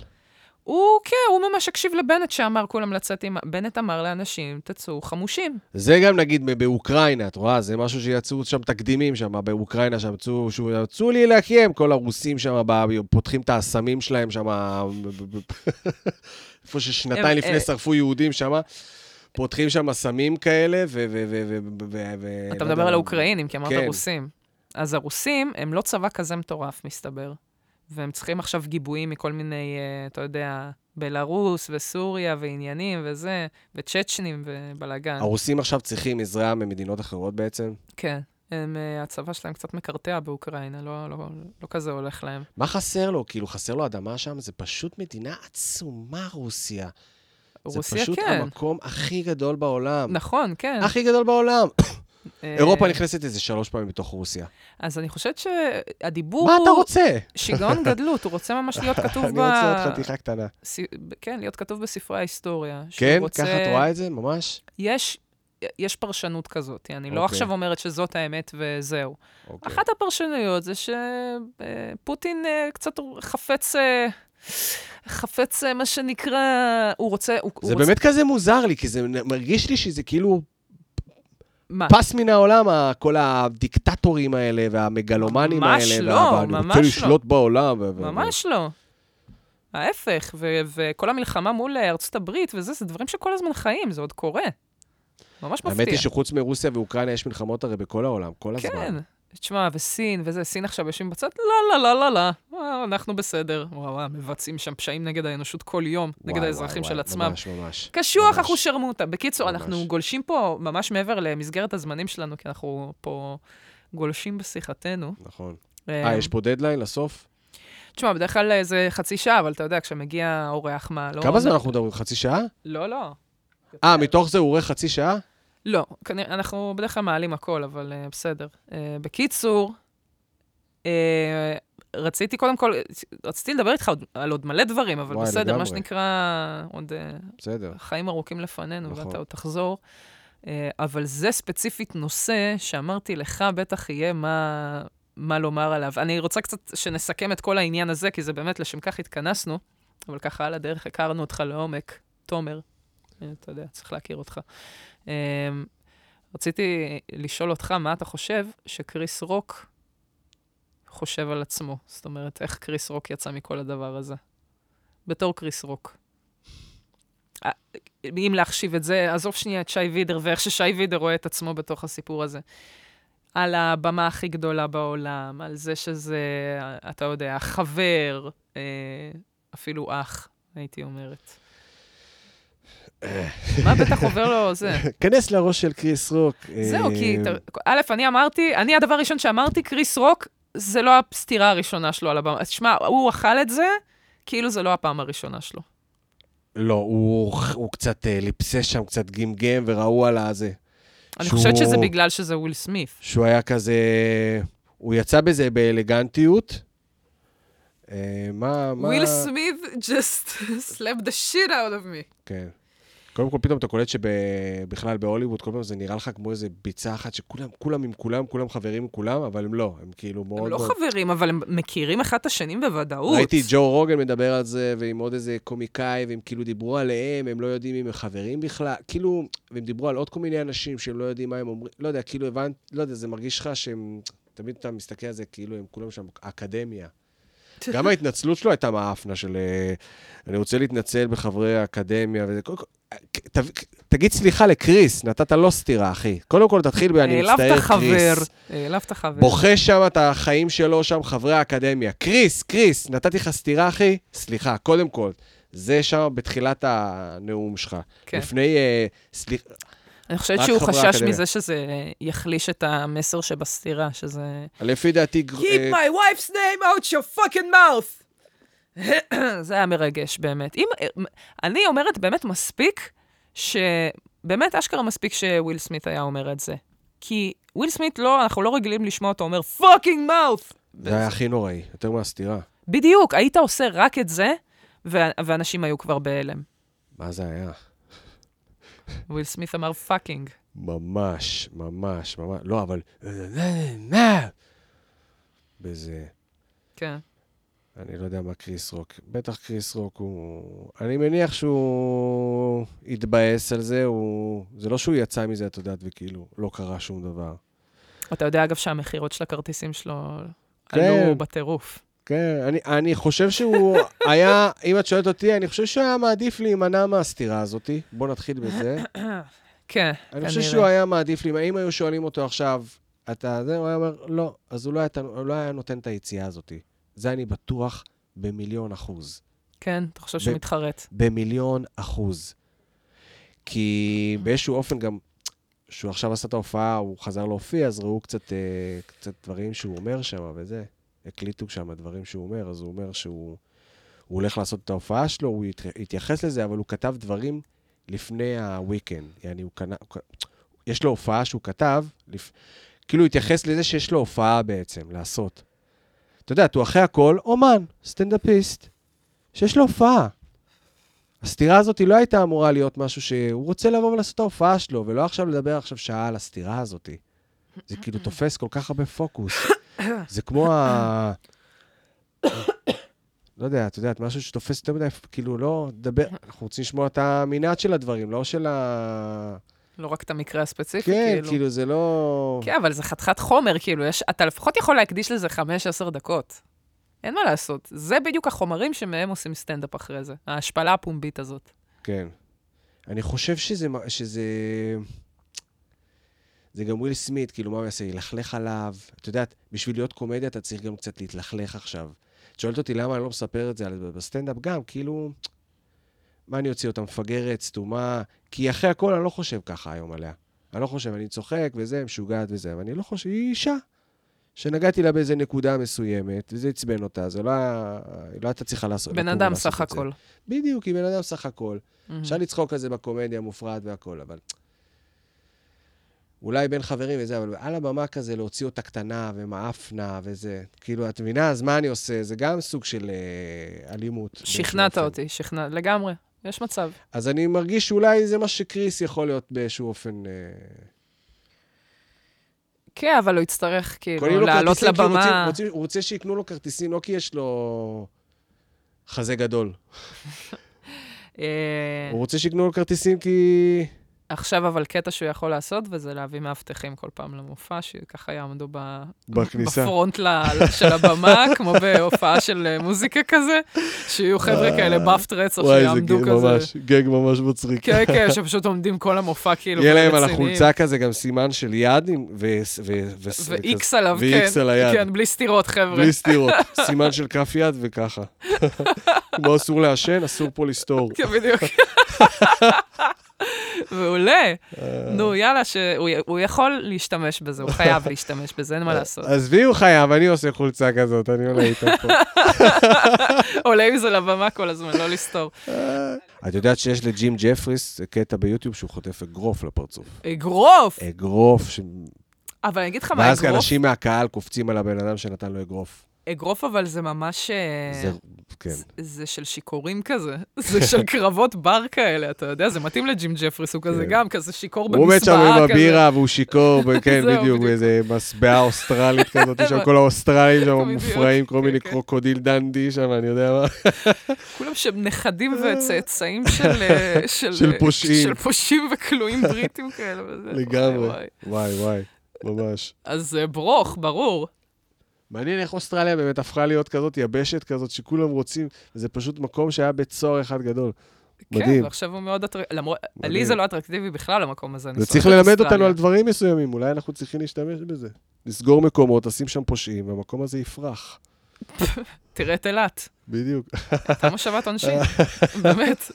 הוא, כן, הוא ממש הקשיב לבנט שאמר כולם לצאת עם... בנט אמר לאנשים, תצאו חמושים.
זה גם נגיד ב- באוקראינה, את רואה? זה משהו שיצאו שם תקדימים שם, באוקראינה, שם יצאו, שוב, יצאו להילחם, כל הרוסים שם ב- פותחים את האסמים שלהם שם, איפה
הם-
ששנתיים לפני
אה,
שרפו יהודים שם, פותחים שם אסמים כאלה, ו... ו- ו- ו- ו- ו- ו- לא
אתה
יודע,
מדבר על האוקראינים, כי אמרת
כן.
רוסים. אז הרוסים הם לא צבא כזה מטורף, מסתבר. והם צריכים עכשיו גיבויים מכל מיני, אה, אתה יודע, בלארוס וסוריה ועניינים וזה, וצ'צ'נים ובלאגן.
הרוסים עכשיו צריכים עזרה ממדינות אחרות בעצם.
כן. הם, אה, הצבא שלהם קצת מקרטע באוקראינה, לא, לא, לא כזה הולך להם.
מה חסר לו? כאילו, חסר לו אדמה שם? זה פשוט מדינה עצומה, רוסיה. זה
רוסיה
פשוט
כן,
המקום הכי גדול בעולם.
נכון, כן.
הכי גדול בעולם.
אה,
אירופה נכנסת איזה שלוש פעמים בתוך רוסיה.
אז אני חושבת שהדיבור
מה אתה
הוא
רוצה?
שיגעון גדלות, הוא רוצה ממש להיות כתוב ב...
אני רוצה עוד חתיכה קטנה.
ס- ב- כן, להיות כתוב בספרי ההיסטוריה. שהוא
כן?
רוצה-
ככה את רואה את זה? ממש?
יש, יש פרשנות כזאת, אני לא
אוקיי.
עכשיו אומרת שזאת האמת וזהו.
אוקיי.
אחת הפרשנויות זה שפוטין אה, קצת חפץ, אה, חפץ אה, מה שנקרא, הוא רוצה... הוא,
זה
הוא רוצה,
באמת כזה מוזר לי, כי זה מרגיש לי שזה כאילו
מה?
פס מן העולם, ה- כל הדיקטטורים האלה והמגלומנים
ממש
האלה.
לא,
וה- ואני
ממש לא.
רוצה לשלוט בעולם. ו- ו-
ממש לא. ההפך, ו- וכל המלחמה מול אה, ארצות הברית וזה, זה דברים שכל הזמן חיים, זה עוד קורה. ממש לא מפתיע.
האמת היא שחוץ מרוסיה ואוקראינה יש מלחמות הרי בכל העולם, כל הזמן.
כן. תשמע, וסין וזה, סין עכשיו יושבים בצד, לא, לא, לא, לא, לא, אה, אנחנו בסדר. וואו, וואו, מבצעים שם פשעים נגד האנושות כל יום, נגד
וואי,
האזרחים
וואי,
של
וואי,
עצמם. כן.
ממש, ממש.
קשוח,
ממש.
אנחנו שרמוטה. בקיצור,
ממש.
אנחנו גולשים פה ממש מעבר למסגרת הזמנים שלנו, כי אנחנו פה גולשים בשיחתנו.
נכון.
אה,
אה, יש פה דדליין לסוף?
תשמע, בדרך כלל אה, זה חצי שעה, אבל אתה יודע, כשמגיע אורח, מה, לא...
כמה זמן אנחנו מדברים? חצי שעה?
לא, לא.
אה, מתוך זה הוא עורך חצי שעה?
לא, כנראה, אנחנו בדרך כלל מעלים הכל, אבל uh, בסדר. Uh, בקיצור, uh, רציתי קודם כל, רציתי לדבר איתך עוד, על עוד מלא דברים, אבל
וואי,
בסדר,
לגמרי.
מה שנקרא, עוד uh,
בסדר.
חיים ארוכים לפנינו,
נכון.
נכון. ואתה עוד תחזור. Uh, אבל זה ספציפית נושא שאמרתי לך, בטח יהיה מה, מה לומר עליו. אני רוצה קצת שנסכם את כל העניין הזה, כי זה באמת, לשם כך התכנסנו, אבל ככה על הדרך הכרנו אותך לעומק, תומר. אה, אתה יודע, צריך להכיר אותך. אמ, רציתי לשאול אותך, מה אתה חושב שקריס רוק חושב על עצמו? זאת אומרת, איך קריס רוק יצא מכל הדבר הזה? בתור קריס רוק. אה, אם להחשיב את זה, עזוב שנייה את שי וידר ואיך ששי וידר רואה את עצמו בתוך הסיפור הזה. על הבמה הכי גדולה בעולם, על זה שזה, אתה יודע, חבר, אה, אפילו אח, הייתי אומרת. מה בטח עובר לו זה?
כנס לראש של קריס רוק.
זהו, כי,
אה,
אתה- א', אני אמרתי, אני הדבר הראשון שאמרתי, קריס רוק, זה לא הסתירה הראשונה שלו על הבמה. אז שמע, הוא אכל את זה, כאילו זה לא הפעם הראשונה שלו.
לא, הוא, הוא קצת אה, ליפסס שם, קצת גמגם, וראו על הזה.
אני
שהוא-
חושבת שזה בגלל שזה וויל סמית.
שהוא היה כזה... הוא יצא בזה באלגנטיות. אה, מה, מה...
וויל סמית just slapped the shit out of me.
כן. קודם כל, פתאום אתה קולט שבכלל בהוליווד, כל פעם זה נראה לך כמו איזה ביצה אחת שכולם, כולם עם כולם, כולם חברים עם כולם, אבל הם לא, הם כאילו מאוד...
הם לא
מאוד...
חברים, אבל הם מכירים אחד את השנים בוודאות.
ראיתי את ג'ו רוגן מדבר על זה, ועם עוד איזה קומיקאי, והם כאילו דיברו עליהם, הם לא יודעים אם הם חברים בכלל, כאילו, והם דיברו על עוד כל מיני אנשים שהם לא יודעים מה הם אומרים, לא יודע, כאילו הבנת, לא יודע, זה מרגיש לך שהם, תמיד אתה מסתכל על זה, כאילו הם כולם שם אקדמיה. גם ההתנצלות שלו הייתה מאפנה של, אה, אני רוצה להתנצל בחברי האקדמיה, וזה, קודם כל, אה, ת- תגיד סליחה לקריס, נתת לו סטירה, אחי. קודם כל תתחיל ב- אני
העלבת
מצטער,
חבר.
קריס.
העלבת חבר.
בוכה שם את החיים שלו, שם חברי האקדמיה. קריס, קריס, נתתי לך סטירה, אחי? סליחה, קודם כל. זה שם בתחילת הנאום שלך.
כן.
לפני, אה, סליחה,
אני חושבת
רק
שהוא
חברי
חשש
האקדמיה.
מזה שזה אה, יחליש את המסר שבסתירה, שזה...
לפי דעתי, גר- אה,
Keep my wife's name out your fucking mouth. זה היה מרגש באמת. אם, אני אומרת באמת מספיק, שבאמת אשכרה מספיק שוויל סמית היה אומר את זה. כי וויל סמית, לא, אנחנו לא רגילים לשמוע אותו אומר פאקינג מאוף.
זה היה הכי נוראי, יותר מהסתירה.
בדיוק, היית עושה רק את זה, וה- ואנשים היו כבר בהלם.
מה זה היה?
וויל סמית אמר פאקינג.
ממש, ממש, ממש, לא, אבל... "אה, בזה.
כן.
אני לא יודע מה קריס רוק. בטח קריס רוק הוא... אני מניח שהוא התבאס על זה, הוא... זה לא שהוא יצא מזה, את יודעת, וכאילו, לא קרה שום דבר.
אתה יודע, אגב, שהמכירות של הכרטיסים שלו
כן.
עלו בטירוף.
כן, אני, אני חושב שהוא היה, אם את שואלת אותי, אני חושב שהוא היה מעדיף להימנע מהסתירה הזאת. בוא נתחיל בזה.
כן,
אני חושב
כנראה.
שהוא היה מעדיף, להימנע. אם היו שואלים אותו עכשיו, אתה זה, הוא היה אומר, לא, אז הוא לא היה, הוא לא היה נותן את היציאה הזאת. זה אני בטוח במיליון אחוז.
כן, אתה חושב שהוא
ו-
מתחרט.
במיליון אחוז. כי באיזשהו אופן גם, שהוא עכשיו עשה את ההופעה, הוא חזר להופיע, אז ראו קצת, אה, קצת דברים שהוא אומר שם וזה. הקליטו שם דברים שהוא אומר, אז הוא אומר שהוא הוא הולך לעשות את ההופעה שלו, הוא ית, התייחס לזה, אבל הוא כתב דברים לפני הוויקנד. יעני, הוא קנה... הוא ק- יש לו הופעה שהוא כתב, לפ... כאילו הוא התייחס לזה שיש לו הופעה בעצם, לעשות. את יודעת, הוא אחרי הכל אומן, סטנדאפיסט, שיש לו הופעה. הסתירה הזאת היא לא הייתה אמורה להיות משהו שהוא רוצה לבוא ולעשות את ההופעה שלו, ולא עכשיו לדבר עכשיו שעה על הסתירה הזאת. זה כאילו תופס כל כך הרבה פוקוס. זה כמו ה... לא יודע, את יודעת, משהו שתופס יותר מדי, כאילו, לא, דבר, אנחנו רוצים לשמוע את המנעד של הדברים, לא של ה...
לא רק את המקרה הספציפי,
כן,
כאילו.
כאילו, זה לא...
כן, אבל זה חתיכת חומר, כאילו, יש, אתה לפחות יכול להקדיש לזה 5-10 דקות. אין מה לעשות. זה בדיוק החומרים שמהם עושים סטנדאפ אחרי זה. ההשפלה הפומבית הזאת.
כן. אני חושב שזה... מה- שזה... זה גם וויל סמית, כאילו, מה הוא יעשה? ילכלך עליו? את יודעת, בשביל להיות קומדיה אתה צריך גם קצת להתלכלך עכשיו. את שואלת אותי למה אני לא מספר את זה על- בסטנדאפ גם, כאילו... מה אני אוציא אותה מפגרת, סתומה? כי אחרי הכל אני לא חושב ככה היום עליה. אני לא חושב, אני צוחק וזה, משוגעת וזה, אבל אני לא חושב, היא אישה. שנגעתי לה באיזה נקודה מסוימת, וזה עצבן אותה, זה לא היה... היא לא הייתה צריכה לעשות...
בן
לקום
אדם
ולעשות
סך
את זה.
הכל.
בדיוק, היא בן אדם סך הכל.
מהמם.
אפשר לצחוק על זה בקומדיה מופרעת והכול, אבל... אולי בין חברים וזה, אבל על הבמה כזה להוציא אותה קטנה ומאפנה וזה. כאילו, את מבינה? אז מה אני עושה? זה גם סוג של אה, אלימות. באיזשהו
שכנעת
אופן.
אותי, שכנעת, לגמרי. יש מצב.
אז אני מרגיש שאולי זה מה שקריס יכול להיות באיזשהו אופן... אה,
כאילו, כן, אבל הוא יצטרך,
קונים
כאילו,
לו
לעלות
לא כרטיסים, כי רוצים-
לבמה.
רוצים- הוא רוצה שיקנו לו כרטיסים, לא כי יש לו חזה גדול.
אה,
הוא רוצה שיקנו לו כרטיסים כי...
עכשיו אבל קטע שהוא יכול לעשות, וזה להביא מאבטחים כל פעם למופע, שככה יעמדו ב...
בכניסה.
בפרונט ל- של הבמה, כמו בהופעה של אה, מוזיקה כזה, שיהיו חבר'ה
אה, וואי.
כאלה באפט רצח שיעמדו כזה.
גג ממש מצחיק.
כן, כן, שפשוט עומדים כל המופע כאילו
יהיה להם על
רציניים.
החולצה כזה גם סימן של יד עם- ו... ו- ו-
ואיקס עליו, כן.
ואיקס על היד.
כן, בלי סתירות, חבר'ה.
בלי סתירות, סימן של כף יד וככה. כמו אסור לעשן, אסור פה לסתור.
כן, בדיוק. מעולה.
אה.
נו, יאללה, שהוא י- הוא יכול להשתמש בזה, הוא חייב להשתמש בזה, אין
אה.
מה לעשות.
עזבי, הוא חייב, אני עושה חולצה כזאת, אני עולה איתה פה.
עולה עם זה לבמה כל הזמן, לא לסתור.
את יודעת שיש לג'ים ג'פריס קטע ביוטיוב שהוא חוטף אגרוף לפרצוף.
אגרוף!
אגרוף, ש-
אבל אני אגיד לך מה,
ואז
אגרוף,
אנשים מהקהל קופצים על הבן אדם שנתן לו אגרוף.
אגרוף אבל זה ממש... אה,
זה, כן.
זה של שיכורים כזה, זה של קרבות בר כאלה, אתה יודע, זה מתאים לג'ים ג'פריס, הוא כזה
כן.
גם, כזה שיכור
הוא עומד שם עם
במסבעה כזה.
הבירה והוא שיכור, ב- כן,
זהו,
בדיוק,
בדיוק.
באיזה מסבעה אוסטרלית כזאת, שם כל האוסטרלים שם
בדיוק,
מופרעים, כל
כן,
מיני
כן.
קרוקודיל דנדי שם, אני יודע מה.
כולם שם נכדים וצאצאים של... אה,
אה. של
אה,
פושעים.
של פושעים וכלואים בריטים כאלה. וזה, וואי,
לגמרי.
וואי.
וואי, וואי, ממש.
אז אה, ברוך, ברור.
מעניין איך אוסטרליה באמת הפכה להיות כזאת יבשת כזאת, שכולם רוצים, זה פשוט מקום שהיה בית סוהר אחד גדול. מדהים.
כן, ועכשיו הוא מאוד אטרקטיבי. למרות,
מדהים.
לי זה לא אטרקטיבי בכלל, המקום הזה. אני
זה
שונאת
צריך
את
ללמד
אוסטרליה.
אותנו על דברים מסוימים, אולי אנחנו צריכים להשתמש בזה. לסגור מקומות, לשים שם פושעים, והמקום הזה יפרח.
תראה את אילת.
בדיוק.
אתה מושבת עונשין, באמת.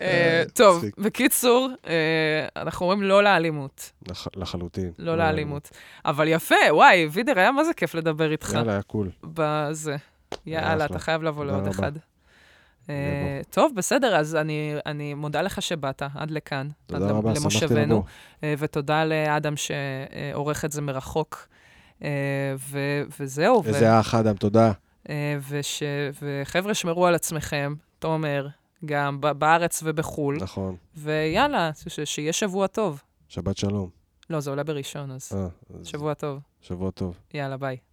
אה, טוב,
מצחיק.
בקיצור, אה, אנחנו אומרים לא לאלימות,
לח- לחלוטין.
לא לאלימות. אבל יפה, וואי, וידר, היה מה זה כיף לדבר איתך
יאללה, היה קול.
בזה.
היה
יאללה,
אחלה.
אתה חייב לבוא
תודה
לעוד
רבה.
אחד. אה, טוב, בסדר, אז אני, אני מודה לך שבאת עד לכאן,
תודה
עד למ-
רבה, שמחתי
למושבנו.
לבוא.
אה, ותודה לאדם שעורך את זה מרחוק. אה, ו- וזהו, ו-
איזה אח אדם, תודה.
אה, וש- וחבר'ה, שמרו על עצמכם, תומר, גם ב- בארץ ובחו"ל,
נכון.
ויאללה, ש- ש- שיהיה שבוע טוב.
שבת שלום.
לא, זה עולה בראשון, אז
אה, אז
שבוע טוב.
שבוע טוב.
יאללה, ביי.